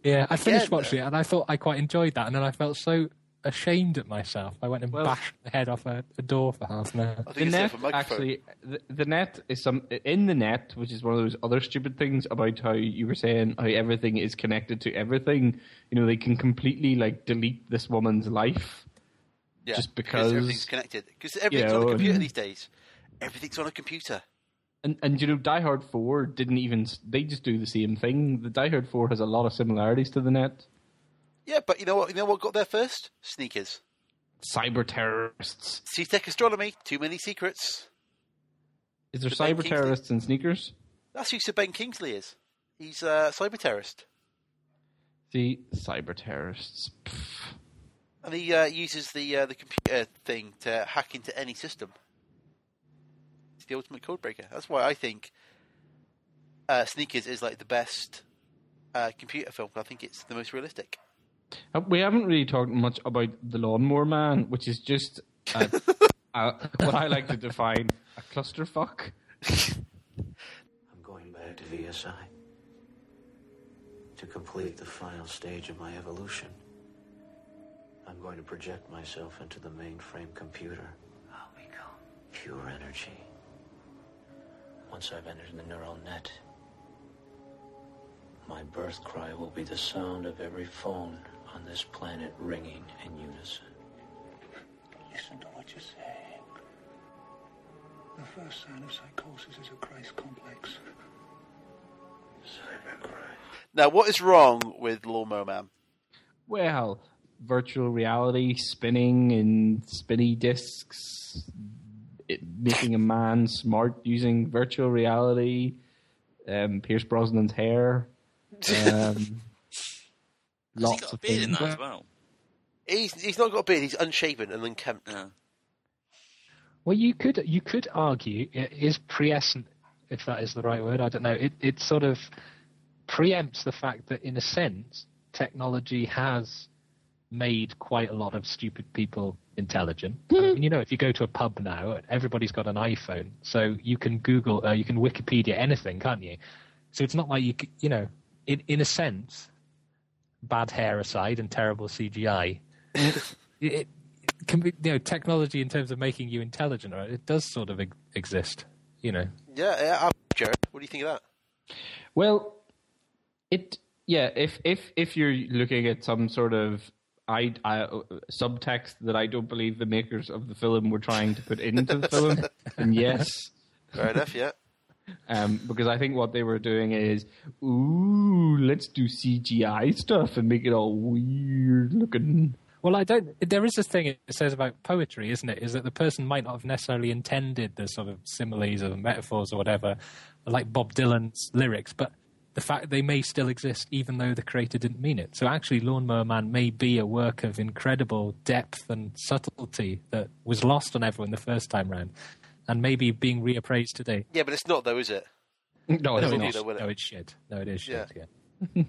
S5: yeah, I finished
S2: Again,
S5: watching it and I thought I quite enjoyed that, and then I felt so ashamed at myself. I went and bashed the head off a, a door for half an hour.
S2: I
S12: The
S2: think it's there
S12: net
S2: for microphone.
S12: actually, the, the net is some in the net, which is one of those other stupid things about how you were saying how everything is connected to everything. You know, they can completely like delete this woman's life.
S2: yeah,
S12: just because-
S2: everything's connected. Because everything's on
S12: know,
S2: a computer
S12: and-
S2: these days. Everything's on a computer.
S12: And and you know, Die Hard Four didn't even they just do the same thing. The Die Hard Four has a lot of similarities to the net.
S2: Yeah, but you know what? You know what got there first? Sneakers.
S12: Cyber terrorists.
S2: C-Tech astronomy. Too many secrets.
S12: Is there
S2: The Ben
S12: cyber
S2: Kingsley.
S12: terrorists in sneakers?
S2: That's who Sir Ben Kingsley is. He's a cyber terrorist,
S12: The cyber terrorists. Pff.
S2: and he uh, uses the uh, the computer thing to hack into any system. It's the ultimate code breaker. That's why I think uh, Sneakers is like the best uh, computer film. I think it's the most realistic.
S12: Uh, We haven't really talked much about the lawnmower man, which is just a, a, what I like to define a clusterfuck.
S7: I'm going back to VSI to complete the final stage of my evolution. I'm going to project myself into the mainframe computer. I'll become pure energy. Once I've entered the neural net, my birth cry will be the sound of every phone on this planet ringing in unison.
S13: Listen to what you're saying. The first sign of psychosis is a Christ complex.
S2: Now, what is wrong with Lawnmower Man?
S12: Well, virtual reality, spinning and spinny discs, it, making a man smart using virtual reality, um, Pierce Brosnan's hair. Um,
S3: Has he
S12: lots
S3: got a
S12: of
S3: beard
S12: things.
S3: in that as well?
S2: He's he's not got a beard. He's unshaven and unkempt.
S3: Yeah.
S5: Well, you could you could argue it is prescient, if that is the right word. I don't know. It it sort of preempts the fact that, in a sense, technology has made quite a lot of stupid people intelligent. I mean, you know, if you go to a pub now, everybody's got an iPhone, so you can Google, uh, you can Wikipedia anything, can't you? So it's not like you c- you know, in in a sense, bad hair aside and terrible CGI, it, it can be you know technology in terms of making you intelligent right it does sort of e- exist you know
S2: Yeah, yeah. I'm Jared, what do you think of that?
S12: Well, it yeah. If if if you're looking at some sort of I, I subtext that I don't believe the makers of the film were trying to put into the film, then yes,
S2: Fair enough, yeah.
S12: um, because I think what they were doing is, ooh, let's do CGI stuff and make it all weird looking.
S4: Well, I don't. There is this thing it says about poetry, isn't it? Is that the person might not have necessarily intended the sort of similes or metaphors or whatever, like Bob Dylan's lyrics, but the fact they may still exist even though the creator didn't mean it. So actually, Lawnmower Man may be a work of incredible depth and subtlety that was lost on everyone the first time round, and maybe being reappraised today.
S2: Yeah, but it's not though, is it?
S12: No,
S2: It
S12: it's
S2: will
S12: not.
S2: be though, will it?
S4: No, it's shit. No, it is shit. Yeah.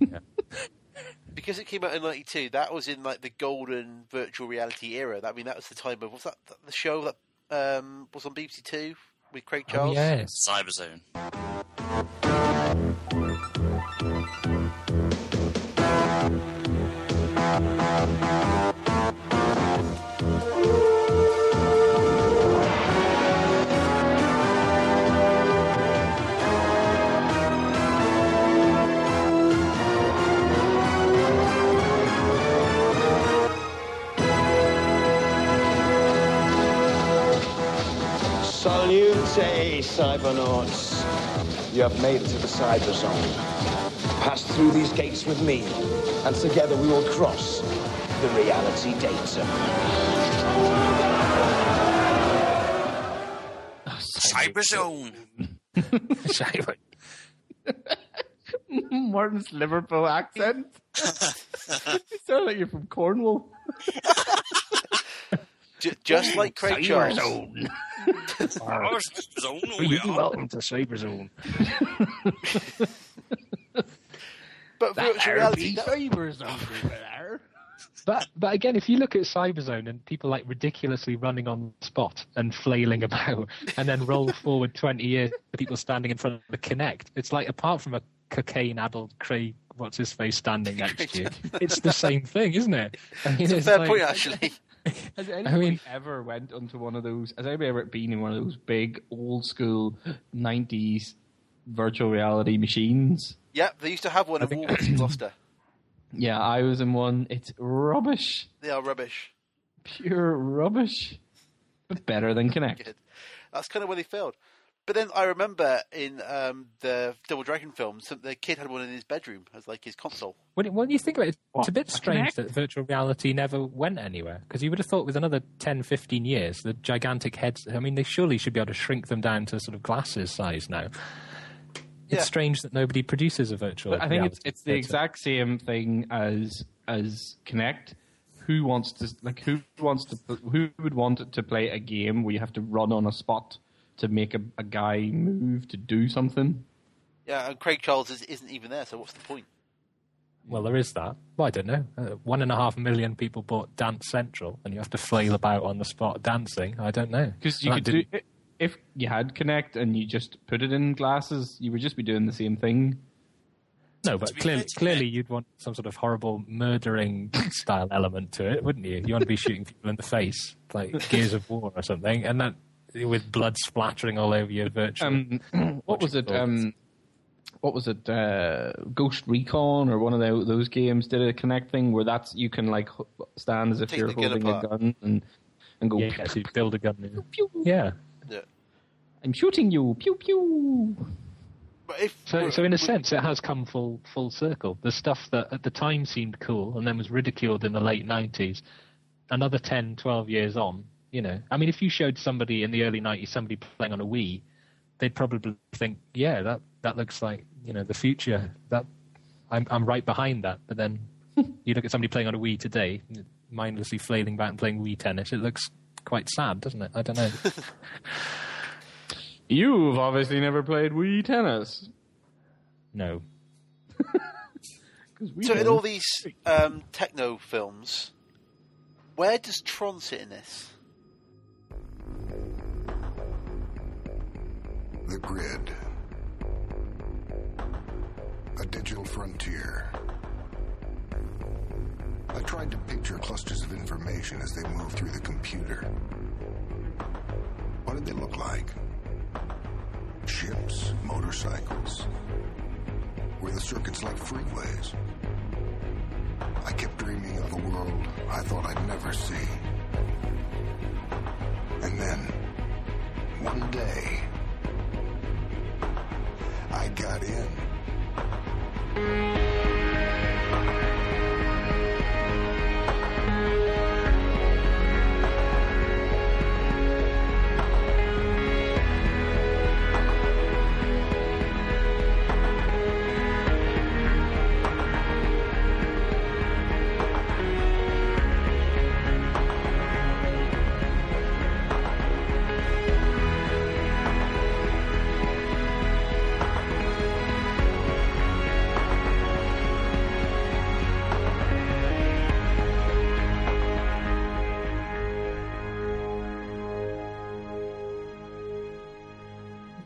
S2: Because it came out in '92. That was in like the golden virtual reality era. That- I mean, that was the time of what's that? The show that um, was on BBC Two with Craig
S5: Oh,
S2: Charles.
S4: Yes.
S3: Cyberzone.
S13: Salute, cybernauts. You have made it to the cyber zone. Pass through these gates with me, and together we will cross the reality data.
S3: Cyberzone.
S12: Martin's Liverpool accent. you sound like you're from Cornwall.
S2: Ju- just like Craig Charles.
S3: Cyberzone. Oh, yeah.
S5: to Cyberzone.
S2: But virtual reality. That,
S5: But but again, if you look at Cyberzone and people like ridiculously running on the spot and flailing about, and then roll forward twenty years, the people standing in front of the Kinect, it's like apart from a cocaine-addled Craig, what's his face, standing next to you, it's the same thing, isn't it? I mean,
S2: it's a
S5: it's
S2: fair
S5: like-
S2: point, actually.
S12: Has
S5: I
S12: anybody
S5: mean-
S12: ever went onto one of those? Has anybody ever been in one of those big old school '90s virtual reality machines?
S2: Yep, they used to have one in Walworth in Gloucester.
S12: Yeah, I was in one. It's rubbish,
S2: They are rubbish.
S12: pure rubbish, but better than Connect.
S2: Good. That's kind of where they failed. But then I remember in um, the Double Dragon film, some, the kid had one in his bedroom as like his console.
S4: When, when you think about it, it's a bit strange that virtual reality never went anywhere because you would have thought with another 10, 15 years, the gigantic heads, I mean, they surely should be able to shrink them down to sort of glasses size now.
S2: Yeah.
S4: It's strange that nobody produces a virtual
S12: I think it's
S4: reality
S12: it's the
S4: theatre.
S12: exact same thing as as Connect. Who wants to like who wants to who would want to play a game where you have to run on a spot to make a, a guy move to do something?
S2: Yeah, and Craig Charles is, isn't even there, so what's the point?
S4: Well, there is that. Well, I don't know. Uh, one and a half million people bought Dance Central and you have to flail about on the spot dancing. I don't know.
S12: Because you
S4: That
S12: could
S4: didn't-
S12: do if you had Connect and you just put it in glasses, you would just be doing the same thing.
S4: No,
S3: To
S4: but
S3: be
S4: clearly,
S3: fair to
S4: clearly
S3: Nick-
S4: you'd want some sort of horrible murdering style element to it, wouldn't you? You want to be shooting people in the face, like Gears of War or something, and that with blood splattering all over your virtual.
S12: Um, what was it? Um, what was it? Uh, Ghost Recon or one of tho- those games did a Connect thing where that's you can like ho- stand as if
S2: Take
S12: you're
S2: the gun
S12: holding a
S2: apart.
S12: gun and and go.
S4: yeah, you actually build a gun.
S12: Pew, pew,
S4: Yeah,
S2: Yeah.
S12: I'm shooting you. Pew pew.
S2: But if
S5: So,
S2: we're-
S5: so in
S2: we-
S5: a sense, it has come full full circle. The stuff that at the time seemed cool and then was ridiculed in the late 90s, another 10, 12 years on, you know. I mean, if you showed somebody in the early 90s somebody playing on a Wii, they'd probably think, yeah, that, that looks like, you know, the future. That I'm, I'm right behind that. But then you look at somebody playing on a Wii today, mindlessly flailing about and playing Wii tennis, it looks quite sad, doesn't it? I don't know.
S12: You've obviously never played Wii tennis.
S4: no.
S12: 'Cause we
S2: so in
S12: don't.
S2: all these um, techno films, where does Tron sit in this?
S9: The Grid. A digital frontier. I tried to picture clusters of information as they moved through the computer. What did they look like? Ships, motorcycles, the circuits like freeways. I kept dreaming of a world I thought I'd never see. And then, one day, I got in.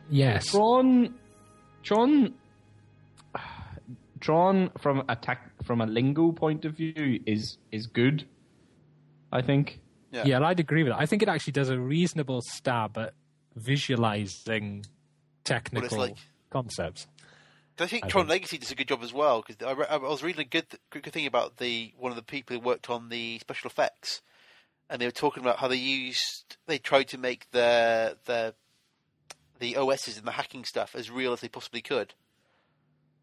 S14: Yes.
S12: Tron, Tron, Tron from attack from a lingo point of view is is good. I think.
S5: Yeah. yeah, I'd agree with that. I think it actually does a reasonable stab at visualizing technical
S2: like-
S5: concepts.
S2: 'Cause I think
S5: I
S2: Tron
S5: think-
S2: Legacy does a good job as well. Because I, re- I was reading a good, good good thing about the one of the people who worked on the special effects, and they were talking about how they used they tried to make the the the OSs and the hacking stuff as real as they possibly could.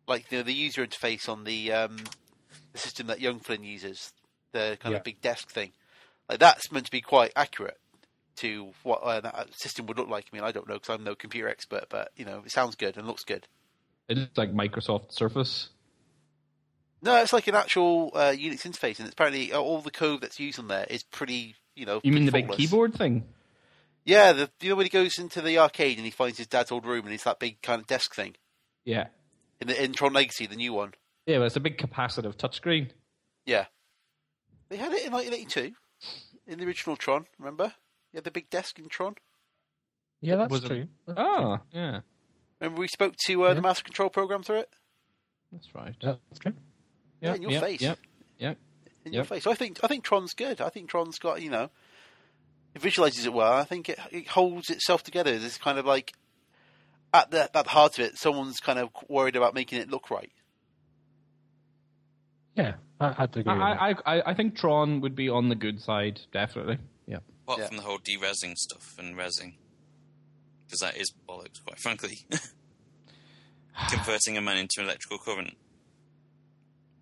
S2: Like you know, the user interface on the um, the system that Young Flynn uses, the kind
S5: Yeah.
S2: of big desk thing, like that's meant to be quite accurate to what uh, that system would look like. I mean, I don't know because I'm no computer expert, but you know, it sounds good and looks good.
S12: It is like Microsoft Surface.
S2: No, it's like an actual uh, Unix interface, and it's apparently uh, all the code that's used on there is pretty, you know.
S12: You mean the
S2: pretty
S12: big
S2: faultless.
S12: keyboard thing?
S2: Yeah, the, you know when he goes into the arcade and he finds his dad's old room, and it's that big kind of desk thing
S12: Yeah.
S2: in the in Tron Legacy, the new one.
S12: Yeah, but it's a big capacitive touchscreen.
S2: Yeah, they had it in 1982 in the original Tron. Remember, you had the big desk in Tron.
S5: Yeah, that's
S12: Was it-
S5: true.
S12: Oh, yeah.
S2: Remember we spoke to uh, the master control program through it
S12: That's right.
S5: Yeah, That's true.
S2: yeah,
S5: Yeah,
S2: in your
S12: yep,
S2: face.
S12: Yep. Yep.
S2: in
S12: Yep.
S2: your face. I think I think Tron's good. I think Tron's got you know, it visualizes it well. I think it, it holds itself together. There's kind of like at the at the heart of it, someone's kind of worried about making it look right.
S5: Yeah, I, I'd agree.
S12: I,
S5: with that.
S12: I, I, I think Tron would be on the good side, definitely. Yeah.
S3: Apart
S2: Yeah.
S3: from the whole de-resing stuff and resing, because that is bollocks, quite frankly. Converting a man into electrical current.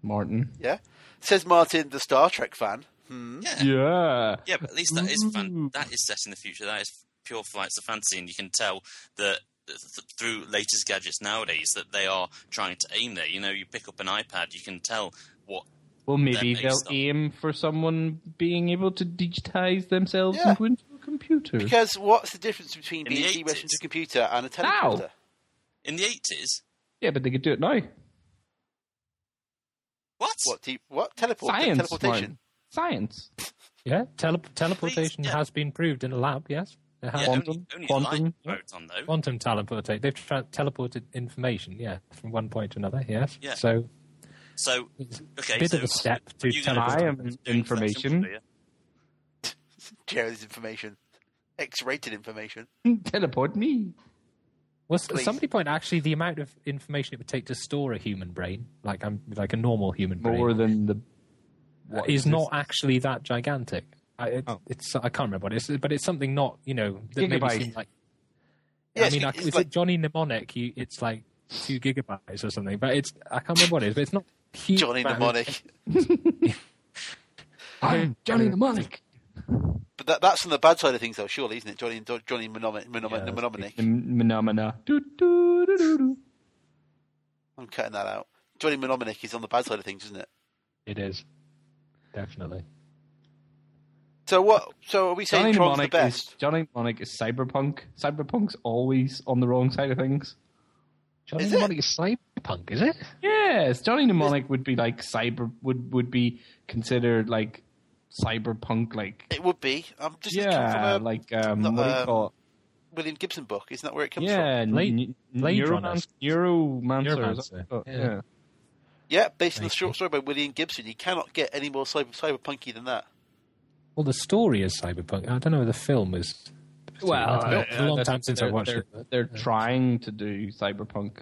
S12: Martin.
S2: Yeah, says Martin, the Star Trek fan. Hmm.
S3: Yeah, yeah,
S12: Yeah.
S3: but at least that is fan- that is set in the future. That is pure flights of fantasy, and you can tell that th- through latest gadgets nowadays that they are trying to aim there. You know, you pick up an iPad, you can tell what
S12: Well, maybe
S3: That makes them-
S12: they'll aim for someone being able to digitize themselves
S2: Yeah.
S12: into a computer.
S2: Because what's the difference between
S3: In the
S2: being de-rested
S3: 80s.
S2: to a computer and a
S12: Now.
S2: teleprompter?
S3: in the eighties.
S12: yeah, but they could do it now.
S3: What?
S2: What de- what teleport
S12: Science,
S2: teleportation?
S12: Martin. Science.
S5: Yeah, tele- teleportation
S3: yeah.
S5: has been proved in a lab. Yes, it has.
S3: Yeah,
S12: Quantum.
S3: only, only
S12: Quantum.
S3: light proton though.
S5: Quantum teleportation. They've tra- teleported information. Yeah, from one point to another. Yes.
S3: Yeah.
S5: So
S3: So okay,
S5: bit
S3: so
S5: of a step to
S3: you're gonna-
S5: teleport.
S12: I am information.
S2: Jerry's information, X-rated information.
S12: Teleport me.
S5: was
S2: Please.
S5: somebody point actually the amount of information it would take to store a human brain, like um, like a normal human
S12: More
S5: brain,
S12: than the.
S5: uh, is not actually that gigantic. I, it,
S12: Oh.
S5: It's I can't remember what it is, but it's something not you know that
S12: Gigabyte.
S5: maybe seemed like.
S2: Yeah,
S5: I mean,
S2: it's-
S5: like,
S2: it's
S5: is
S2: like-
S5: it Johnny Mnemonic? You, it's like two gigabytes or something, but it's I can't remember what it is. But it's not huge.
S2: Johnny
S5: amount of-
S2: mnemonic.
S12: I'm Johnny Mnemonic.
S2: But that, that's on the bad side of things, though, surely, isn't it? Johnny Johnny mnemonic. mnemonic,
S5: Yeah,
S2: mnemonic.
S12: Phenomena. Do, do, do, do, do.
S2: I'm cutting that out. Johnny Mnemonic is on the bad side of things, isn't it?
S5: It is definitely.
S2: So what? So are we saying
S12: Johnny
S2: Tron's the
S12: Mnemonic is
S2: best?
S12: Johnny Mnemonic is cyberpunk. Cyberpunk's always on the wrong side of things.
S5: Johnny
S2: Is it?
S5: Mnemonic is cyberpunk, is it?
S12: Yes, Johnny Mnemonic would be like cyber would would be considered like cyberpunk like
S2: It would be. I'm just coming
S12: yeah
S2: from a
S12: like um
S2: not,
S12: what do you
S2: um,
S12: call it?
S2: William Gibson book. Isn't that where it comes from?
S12: yeah
S5: Blade-
S12: n-
S5: Blade
S12: neuromancer, neuromancer. is that-
S5: Neuromancer,
S12: oh,
S5: yeah.
S12: yeah.
S2: Yeah, based on the
S5: Blade-
S2: short story by William Gibson. You cannot get any more cyber, cyberpunky than that.
S5: Well, the story is cyberpunk. I don't know. The film is.
S12: Well, uh,
S5: it's been a long time since I watched
S12: they're,
S5: it.
S12: They're trying to do cyberpunk.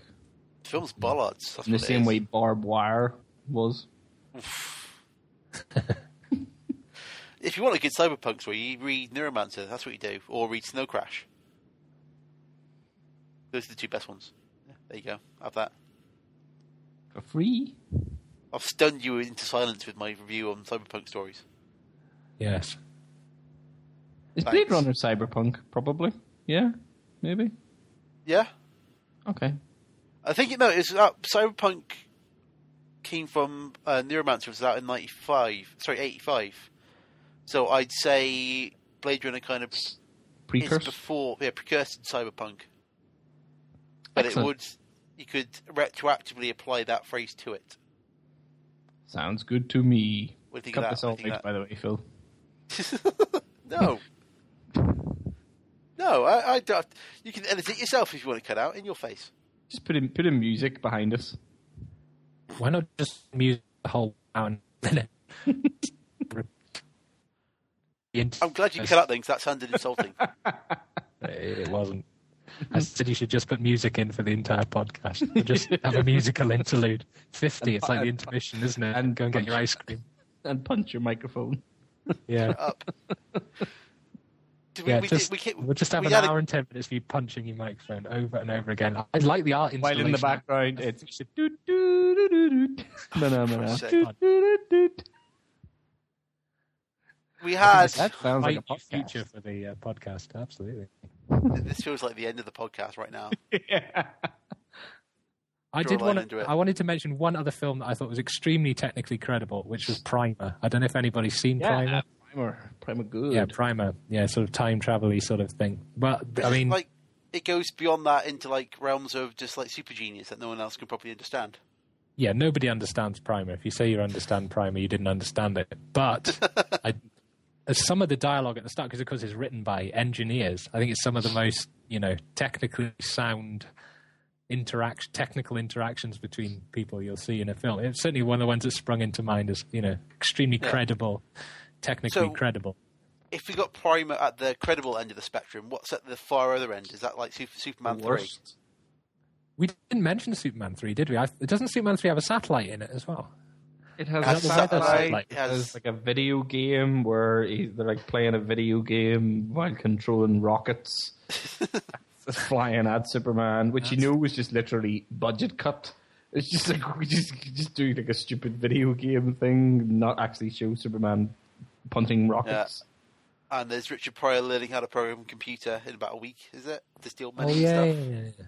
S2: The film's bollards. That's
S12: in the
S2: what it
S12: same
S2: is.
S12: way barbed wire was.
S2: If you want a good cyberpunk story, you read Neuromancer. That's what you do, or read Snow Crash. Those are the two best ones. Yeah, There you go. Have that.
S12: For free?
S2: I've stunned you into silence with my review on cyberpunk stories.
S5: Yes.
S12: Is
S2: Thanks.
S12: Blade Runner cyberpunk? Probably. Yeah? Maybe?
S2: Yeah,
S12: Okay.
S2: I think no. It's uh, cyberpunk came from uh, Neuromancer. It was out in '95. Sorry, '85. So I'd say Blade Runner kind of It's
S12: Precursor?
S2: before, yeah, precursor to cyberpunk. But
S12: Excellent.
S2: it would, you could retroactively apply that phrase to it.
S12: Sounds good to me.
S2: What do you think
S12: Cut
S2: of that?
S12: this
S2: What
S12: out
S2: do you
S12: later,
S2: think
S12: by the way, Phil.
S2: No, no, I, I don't. You can edit it yourself if you want to cut out in your face.
S12: Just put in put in music behind us.
S5: Why not just mute the whole hour and minute?
S2: I'm glad you cut out things. That sounded insulting.
S5: It wasn't. I said you should just put music in for the entire podcast. Or Just have a musical interlude. 50, it's like the intermission, isn't it? And go and get your ice cream.
S12: And punch your microphone.
S5: Yeah.
S2: Up. Did
S5: yeah,
S2: we,
S5: just,
S2: did, we, ca-
S5: will just have
S2: we
S5: an
S2: had a-
S5: hour and 10 minutes of you punching your microphone over and over again. I like the art
S12: While
S5: installation.
S12: in the background, it's
S5: should
S12: do do do do do. No no no. no.
S2: Fuck's sake.
S12: Do, do, do, do.
S2: we had.
S12: That sounds like a
S5: Fight
S12: podcast.
S5: future for the uh, podcast, absolutely.
S2: This feels like the end of the podcast right now. Draw
S5: I
S2: a
S5: did
S2: line
S5: want
S2: under
S5: to.
S2: it.
S5: I wanted to mention one other film that I thought was extremely technically credible, which was Primer. I don't know if anybody's seen Primer.
S12: Yeah, primer. Primer good.
S5: Yeah, Primer. Yeah, sort of time travel-y sort of thing. But I
S2: It's
S5: mean,
S2: like it goes beyond that into like realms of just like super genius that no one else can properly understand.
S5: yeah, nobody understands Primer. If you say you understand Primer, you didn't understand it. But I, uh, some of the dialogue at the start, because of course it's written by engineers, I think it's some of the most you know technically sound interact technical interactions between people you'll see in a film. It's certainly one of the ones that sprung into mind as you know extremely credible, technically
S2: So-
S5: credible.
S2: if we got Primer at the credible end of the spectrum, what's at the far other end? Is that like Super, Superman three?
S12: Worst.
S5: We didn't mention Superman three, did we? I, doesn't Superman three have a satellite in it as well?
S12: It has
S2: Has
S12: a
S2: a
S12: satellite.
S2: satellite,
S12: It
S2: has-
S12: has like a video game where he- they're like playing a video game while controlling rockets flying at Superman, which you know was just literally budget cut. It's just like we just just do like a stupid video game thing, not actually show Superman punting rockets.
S2: And there's Richard Pryor learning how to program a computer in about a week, is it? To steal money and stuff.
S5: Oh, yeah, yeah.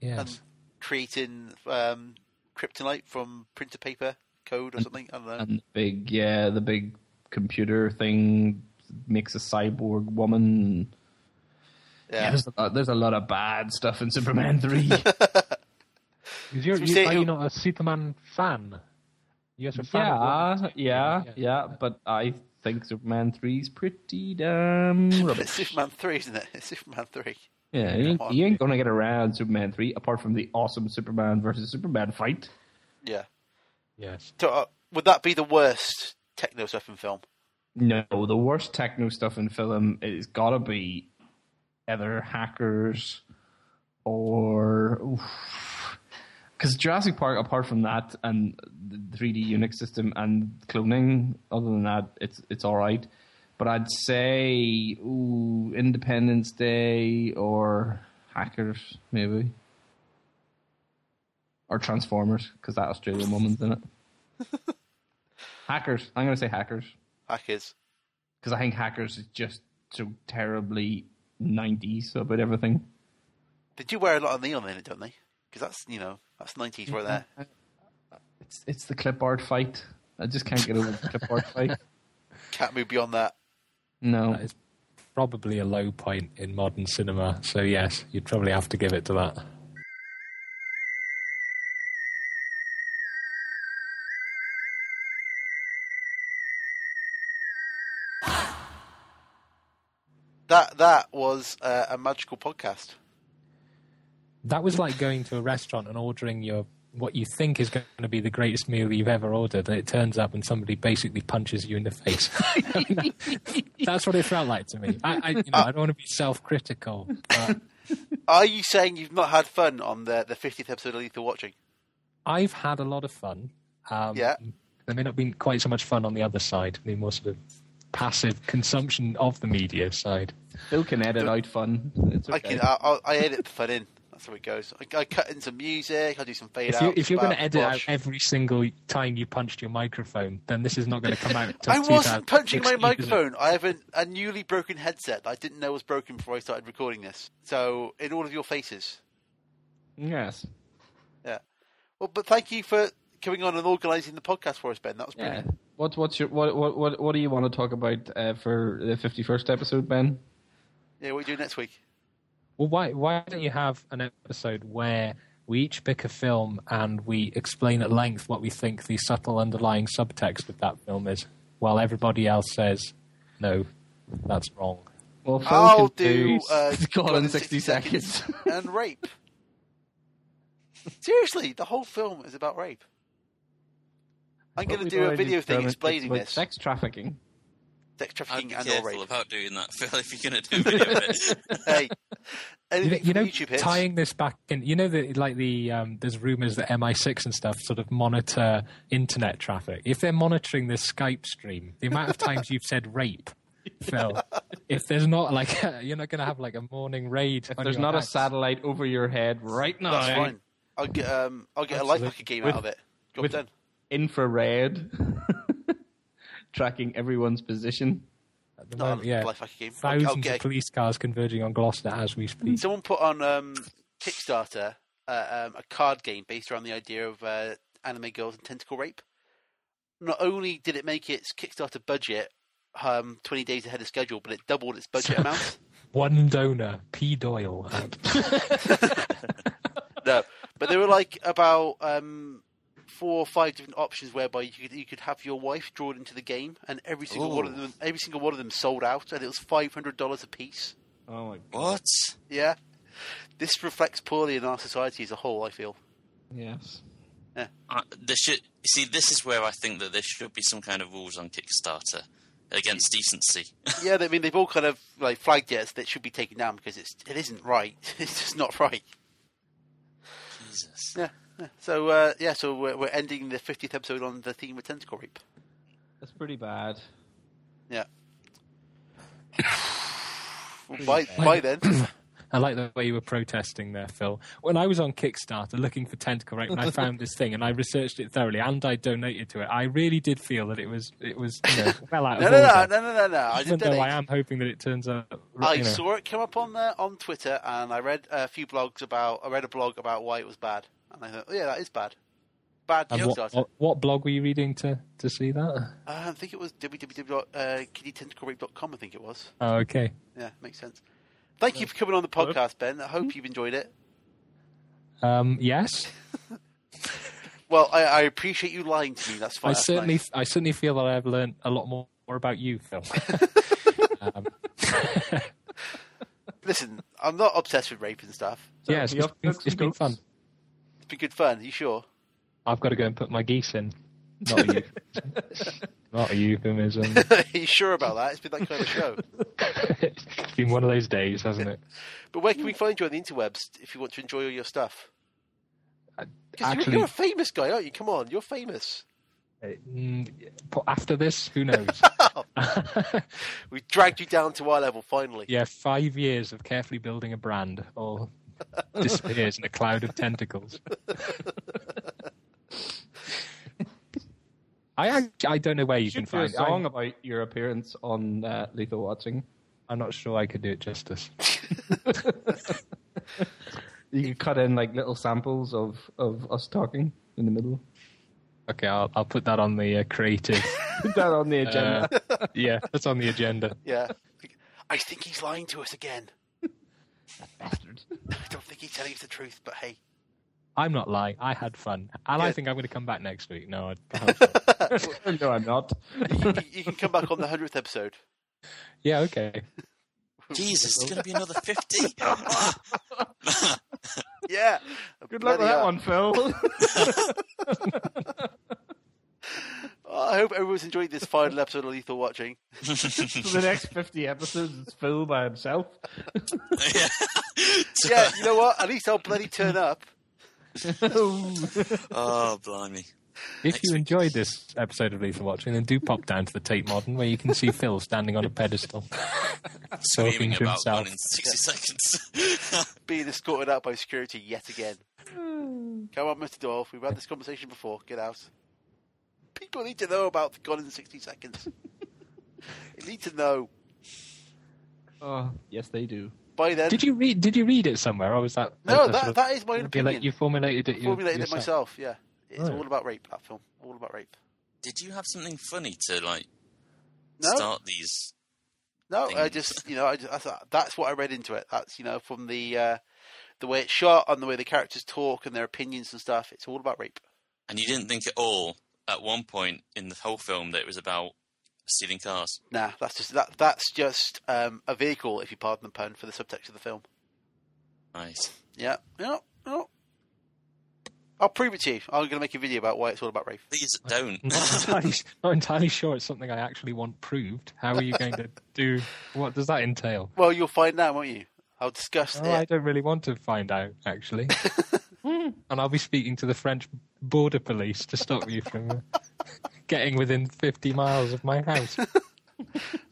S5: Yes.
S2: And creating um, kryptonite from printer paper code or something. I don't know.
S12: And the big yeah, the big computer thing makes a cyborg woman.
S2: Yeah.
S12: There's, a lot, there's a lot of bad stuff in Superman three.
S15: Is your,
S2: So we
S15: you,
S2: say
S15: are
S2: who-
S15: you not a Superman fan? You guys are a fan of Wonder
S12: Yeah, uh,
S15: Woman?
S12: yeah, yeah, but I think Superman 3's pretty damn
S2: It's
S12: rubbish.
S2: Superman three, isn't it? It's Superman three.
S12: Yeah, you ain't, you ain't gonna get around Superman 3 apart from the awesome Superman versus Superman fight.
S2: Yeah.
S5: Yes.
S2: So, uh, would that be the worst techno stuff in film?
S12: No, the worst techno stuff in film is gotta be either hackers or. Because Jurassic Park, apart from that and the 3D Unix system and cloning, other than that, it's it's all right. But I'd say ooh, Independence Day or Hackers, maybe. Or Transformers, because that Australian woman's in it. hackers. I'm going to say Hackers
S2: Hackers.
S12: because I think Hackers is just so terribly 90s about everything.
S2: They do wear a lot of neon in it, don't they? Because that's you know that's nineties right there.
S5: Mm-hmm.
S12: It's it's the clip art fight. I just can't get over the clip art fight.
S2: Can't move beyond that.
S12: No,
S5: is- Probably a low point in modern cinema. So, yes, you'd probably have to give it to that.
S2: That that was uh, a magical podcast.
S5: That was like going to a restaurant and ordering your what you think is going to be the greatest meal you've ever ordered, and it turns up and somebody basically punches you in the face. That's what it felt like to me. I, I, you know, I don't want to be self-critical, but
S2: Are you saying you've not had fun on the the fiftieth episode of Lethal Watching?
S5: I've had a lot of fun. Um,
S2: Yeah.
S5: There may not be quite so much fun on the other side, the more sort of passive consumption of the media side.
S12: Bill can edit out fun. It's okay.
S2: I can. I, I, I edit the fun in. That's how it goes. I, I cut in some music. I do some fade
S5: If,
S2: out.
S5: you, if you're going to edit out
S2: bosh.
S5: every single time you punched your microphone, then this is not going to come out. till
S2: I wasn't punching
S5: 2016,
S2: my
S5: is it?
S2: microphone. I have an, a newly broken headset that I didn't know was broken before I started recording this. So, in all of your faces.
S12: Yes.
S2: Yeah. Well, but thank you for coming on and organising the podcast for us, Ben. That was
S12: Yeah.
S2: brilliant.
S12: What, what's your what, what what what do you want to talk about uh, for the fifty first episode, Ben?
S2: Yeah, what are you doing next week?
S5: Well, why why don't you have an episode where we each pick a film and we explain at length what we think the subtle underlying subtext of that film is, while everybody else says, "No, that's wrong."
S12: Well, Phil
S2: I'll
S12: can do,
S2: do uh,
S12: God
S2: God
S12: in sixty seconds.
S2: and rape. Seriously, the whole film is about rape. I'm going to
S12: We've
S2: do a
S12: already
S2: video thing
S12: determined
S2: explaining
S12: it's about
S2: this.
S12: Sex trafficking.
S2: Sex
S3: I'd
S2: trafficking
S3: be
S2: and or
S3: careful
S2: rape.
S3: about doing that, Phil, if you're going to do video of it.
S2: hey,
S5: You know,
S2: anything
S5: you know,
S2: from YouTube hits.
S5: tying this back in, you know that like the um, there's rumors that MI6 and stuff sort of monitor internet traffic. If they're monitoring this Skype stream, the amount of times you've said rape, Phil, if there's not like you're not going to have like a morning raid.
S12: If
S5: on
S12: there's
S5: your
S12: not a
S5: house.
S12: satellite over your head right now,
S2: That's fine. I'll get um, I'll get a life hacker game out of it. Job
S12: with-
S2: done.
S12: infrared, tracking everyone's position.
S5: At the
S2: Not
S5: moment,
S2: a
S5: yeah.
S2: life hacker game. I'll- I'll,
S5: thousands
S2: get
S5: of police cars converging on Gloucester as we speak.
S2: someone put on um, Kickstarter uh, um, a card game based around the idea of uh, anime girls and tentacle rape. Not only did it make its Kickstarter budget um, 20 days ahead of schedule, but it doubled its budget amount.
S5: One donor, P. Doyle.
S2: No, but there were like about um, four or five different options whereby you could you could have your wife drawn into the game, and every single one of them every single one of them sold out, and it was five hundred dollars a piece.
S12: Oh my.
S3: What?
S2: Yeah, this reflects poorly in our society as a whole. I feel.
S12: Yes.
S3: Uh, there should you see. This is where I think that there should be some kind of rules on Kickstarter against decency.
S2: Yeah, I mean they've all kind of like flagged it as that it should be taken down because it's it isn't right. It's just not right.
S3: Jesus.
S2: Yeah. yeah. So uh, yeah, so we're, we're ending the fiftieth episode on the theme of tentacle rape.
S12: That's pretty bad.
S2: Yeah. Well, bye, bye then.
S5: I like the way you were protesting there, Phil. When I was on Kickstarter looking for Tentacle Rape, and I found this thing, and I researched it thoroughly, and I donated to it, I really did feel that it was it was you know, well out
S2: No,
S5: of
S2: no, no,
S5: order.
S2: no, no, no, no. I
S5: Even
S2: didn't
S5: though
S2: donate.
S5: I am hoping that it turns out.
S2: I
S5: you know.
S2: saw it come up on there on Twitter, and I read a few blogs about. I read a blog about why it was bad, and I thought, oh, yeah, that is bad. Bad
S5: And what,
S2: Kickstarter.
S5: what, what blog were you reading to, to see that?
S2: Uh, I think it was uh, www.kiddytentaclerape.com. I think it was.
S5: Oh, okay.
S2: Yeah, makes sense. Thank you for coming on the podcast, Ben. I
S5: Hmm?
S2: hope you've enjoyed it.
S5: Um, yes,
S2: Well, I, I appreciate you lying to me. That's fine.
S5: I
S2: that's
S5: certainly
S2: nice.
S5: I certainly feel that I've learned a lot more about you, Phil. um,
S2: listen. I'm not obsessed with rape and stuff.
S5: yeah, it's,
S12: you
S5: it's,
S12: up
S5: been,
S12: for
S5: it's been
S12: scoops?
S5: fun.
S2: It's been good fun. you sure?
S5: I've got to go and put my geese in. Not a euphemism. Not a euphemism.
S2: you sure about that? It's been that kind of show.
S5: it's been one of those days, hasn't it?
S2: But where can we find you on the interwebs if you want to enjoy all your stuff? Because you're,
S5: Actually,
S2: you're a famous guy, aren't you? Come on, you're famous.
S5: mm, but after this, who knows?
S2: We dragged you down to our level finally.
S5: yeah, five years of carefully building a brand all disappears in a cloud of tentacles. I act- I don't know where you,
S12: You
S5: can
S12: should do a
S5: find.
S12: song
S5: I'm,
S12: about your appearance on uh, Lethal Watching.
S5: I'm not sure I could do it justice.
S12: You could cut in like little samples of, of us talking in the middle.
S5: Okay, I'll I'll put that on the uh, creative.
S12: Put that on the agenda.
S5: Uh, yeah, that's on the agenda.
S2: Yeah. I think he's lying to us again.
S12: Bastard.
S2: I don't think he's telling us the truth, but hey.
S5: I'm not lying. I had fun, and I
S2: Good.
S5: think I'm going to come back next week. No, I perhaps not.
S12: no, I'm not.
S2: You, you can come back on the 100th episode.
S5: yeah, okay.
S3: Jesus, it's going to be another fifty.
S2: Yeah.
S12: Good luck with
S2: Bloody
S12: that
S2: hell.
S12: one, Phil.
S2: Well, I hope everyone's enjoyed this final episode of Lethal Watching.
S12: the next 50 episodes, it's Phil by himself.
S3: Yeah.
S2: yeah, you know what? At least I'll bloody turn up.
S3: oh, blimey.
S5: If you enjoyed this episode of Lethal Watching, then do pop down to the Tate Modern where you can see Phil standing on a pedestal.
S3: Screaming about himself. one in 60 seconds.
S2: Being escorted out by security yet again. Come on, Mr. Dorf. We've had this conversation before. Get out. People need to know about the gun in 60 seconds. they need to know.
S12: Oh, yes, they do.
S2: By then,
S5: Did you read? Did you read it somewhere, or was that?
S2: No, that,
S5: a sort of-
S2: that is my own
S5: you,
S2: opinion.
S5: like, you formulated it.
S2: I
S5: you-
S2: formulated it
S5: yourself?
S2: myself.
S5: Oh,
S2: Yeah, it's
S5: Right.
S2: all about rape. That film, all about rape.
S3: Did you have something funny to, like,
S2: No.
S3: start these?
S2: No, I
S3: Things.
S2: just you know, I just, I thought- that's what I read into it. That's you know from the uh, the way it's shot and the way the characters talk and their opinions and stuff. It's all about rape.
S3: And you didn't think at all, at one point in the whole film, that it was about stealing cars?
S2: Nah, that's just that that's just um, a vehicle, if you pardon the pun, for the subtext of the film.
S3: Right.
S2: Yeah, yeah, yeah. I'll prove it to you. I'm going to make a video about why it's all about rape.
S3: Please don't.
S5: not entirely, not entirely sure it's something I actually want proved. How are you going to do? What does that entail?
S2: Well, you'll find out, won't you? I'll discuss
S5: Oh, I
S2: it.
S5: don't really want to find out, actually. and I'll be speaking to the French border police to stop you from getting within 50 miles of my house.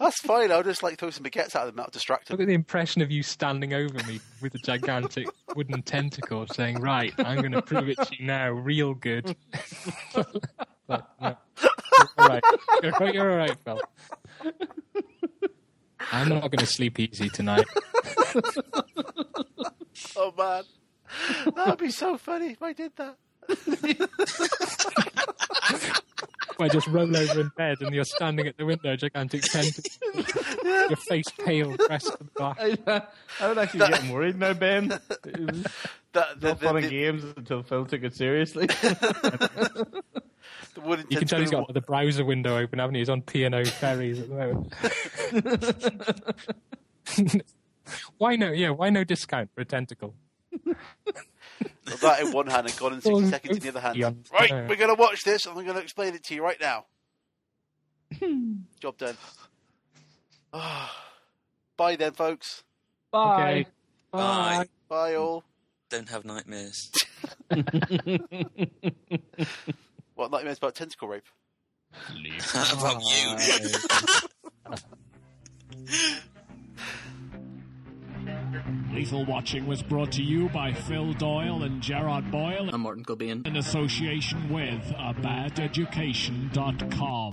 S2: That's fine. I'll just like throw some baguettes at them. That'll distract them.
S5: Look at the impression of you standing over me with a gigantic wooden tentacle saying, Right, I'm going to prove it to you now, real good. Like, no. You're all right. You're, you're all right, Phil. I'm not going to sleep easy tonight.
S2: Oh man, that'd be so funny if I did that.
S5: I just roll over in bed and you're standing at the window, gigantic tentacle. Your face pale, pressed to the back.
S12: I, I was actually getting worried now, Ben. It was
S2: That the,
S12: all
S2: the,
S12: fun and
S2: the,
S12: games until Phil took it seriously.
S2: the wooden
S5: You can tell he's
S2: tentacle-
S5: got the browser window open, haven't he? He's on P and O ferries at the moment. why no? Yeah, why no discount for a tentacle?
S2: that in one hand and gone in 60
S5: Well,
S2: seconds in the other hand.
S5: yeah.
S2: Right,
S5: Yeah.
S2: we're going to watch this and I'm going to explain it to you right now. Job done. Ah. Bye then, folks.
S12: Bye.
S5: Okay.
S3: Bye.
S5: Hmm.
S2: Bye all.
S3: Don't have nightmares.
S2: What nightmares about tentacle rape?
S3: about you.
S4: Lethal Watching was brought to you by Phil Doyle and Gerard Boyle
S7: I'm Martin Cobain.
S4: in association with abadeducation.com.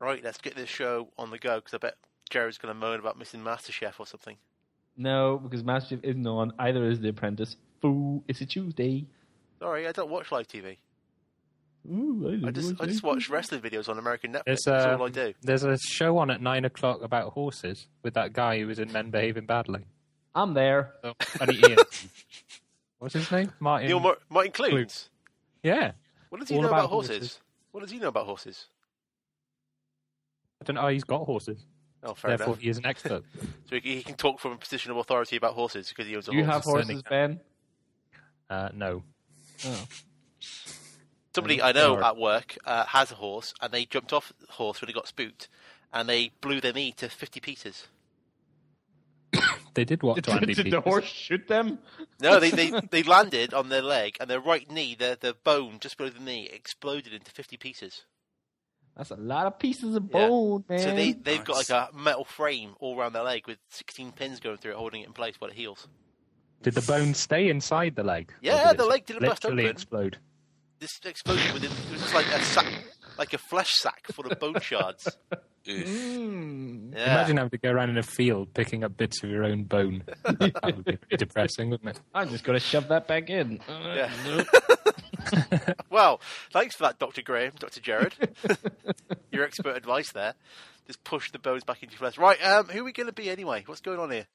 S2: Right, let's get this show on the go because I bet Jared's going to moan about missing MasterChef or something.
S12: no, because Master Chief isn't on. Either is The Apprentice. Foo, it's a Tuesday.
S2: Sorry, I don't watch live TV.
S12: Ooh,
S2: I just I just watch wrestling videos on American Netflix.
S5: There's
S2: That's
S5: a,
S2: all I do.
S5: there's a show on at nine o'clock about horses with that guy who was in Men Behaving Badly.
S12: I'm there.
S5: So, funny Ian. What's his name? Martin.
S2: Neil Mar- Martin Clunes.
S5: yeah.
S2: What does he
S5: All
S2: know about,
S5: about
S2: horses?
S5: horses.
S2: What does he know about horses?
S5: I don't know. He's got horses.
S2: Oh, fair
S5: Therefore,
S2: enough.
S5: he is an expert.
S2: So he, he can talk from a position of authority about horses because he owns a
S12: Do you
S2: horse.
S12: have horses, Ben?
S5: Uh, no.
S12: Oh.
S2: Somebody I know at work uh, has a horse, and they jumped off the horse when it got spooked, and they blew their knee to fifty pieces.
S5: They did what
S12: Did,
S5: to Andy
S12: did the
S5: Peters.
S12: horse shoot them?
S2: No, they, they, they landed on their leg, and their right knee, their their bone just below the knee, exploded into fifty pieces.
S12: That's a lot of pieces of
S2: Yeah.
S12: bone, man.
S2: So they they've got
S3: Nice.
S2: like a metal frame all around their leg with sixteen pins going through it, holding it in place while it heals.
S5: Did the bone stay inside the leg? Or
S2: Yeah,
S5: did it
S2: the leg didn't bust
S5: literally
S2: open.
S5: explode.
S2: This explosion within it was just like a sack, like a flesh sack full of bone shards.
S3: Ugh.
S2: Yeah.
S5: Imagine having to go around in a field picking up bits of your own bone. that would be pretty depressing, wouldn't it?
S12: I'm just going to shove that back in.
S2: Yeah. well, thanks for that, Dr. Graham, Dr. Jared. Your expert advice there. Just push the bones back into your flesh. Right, um, who are we going to be anyway? What's going on here?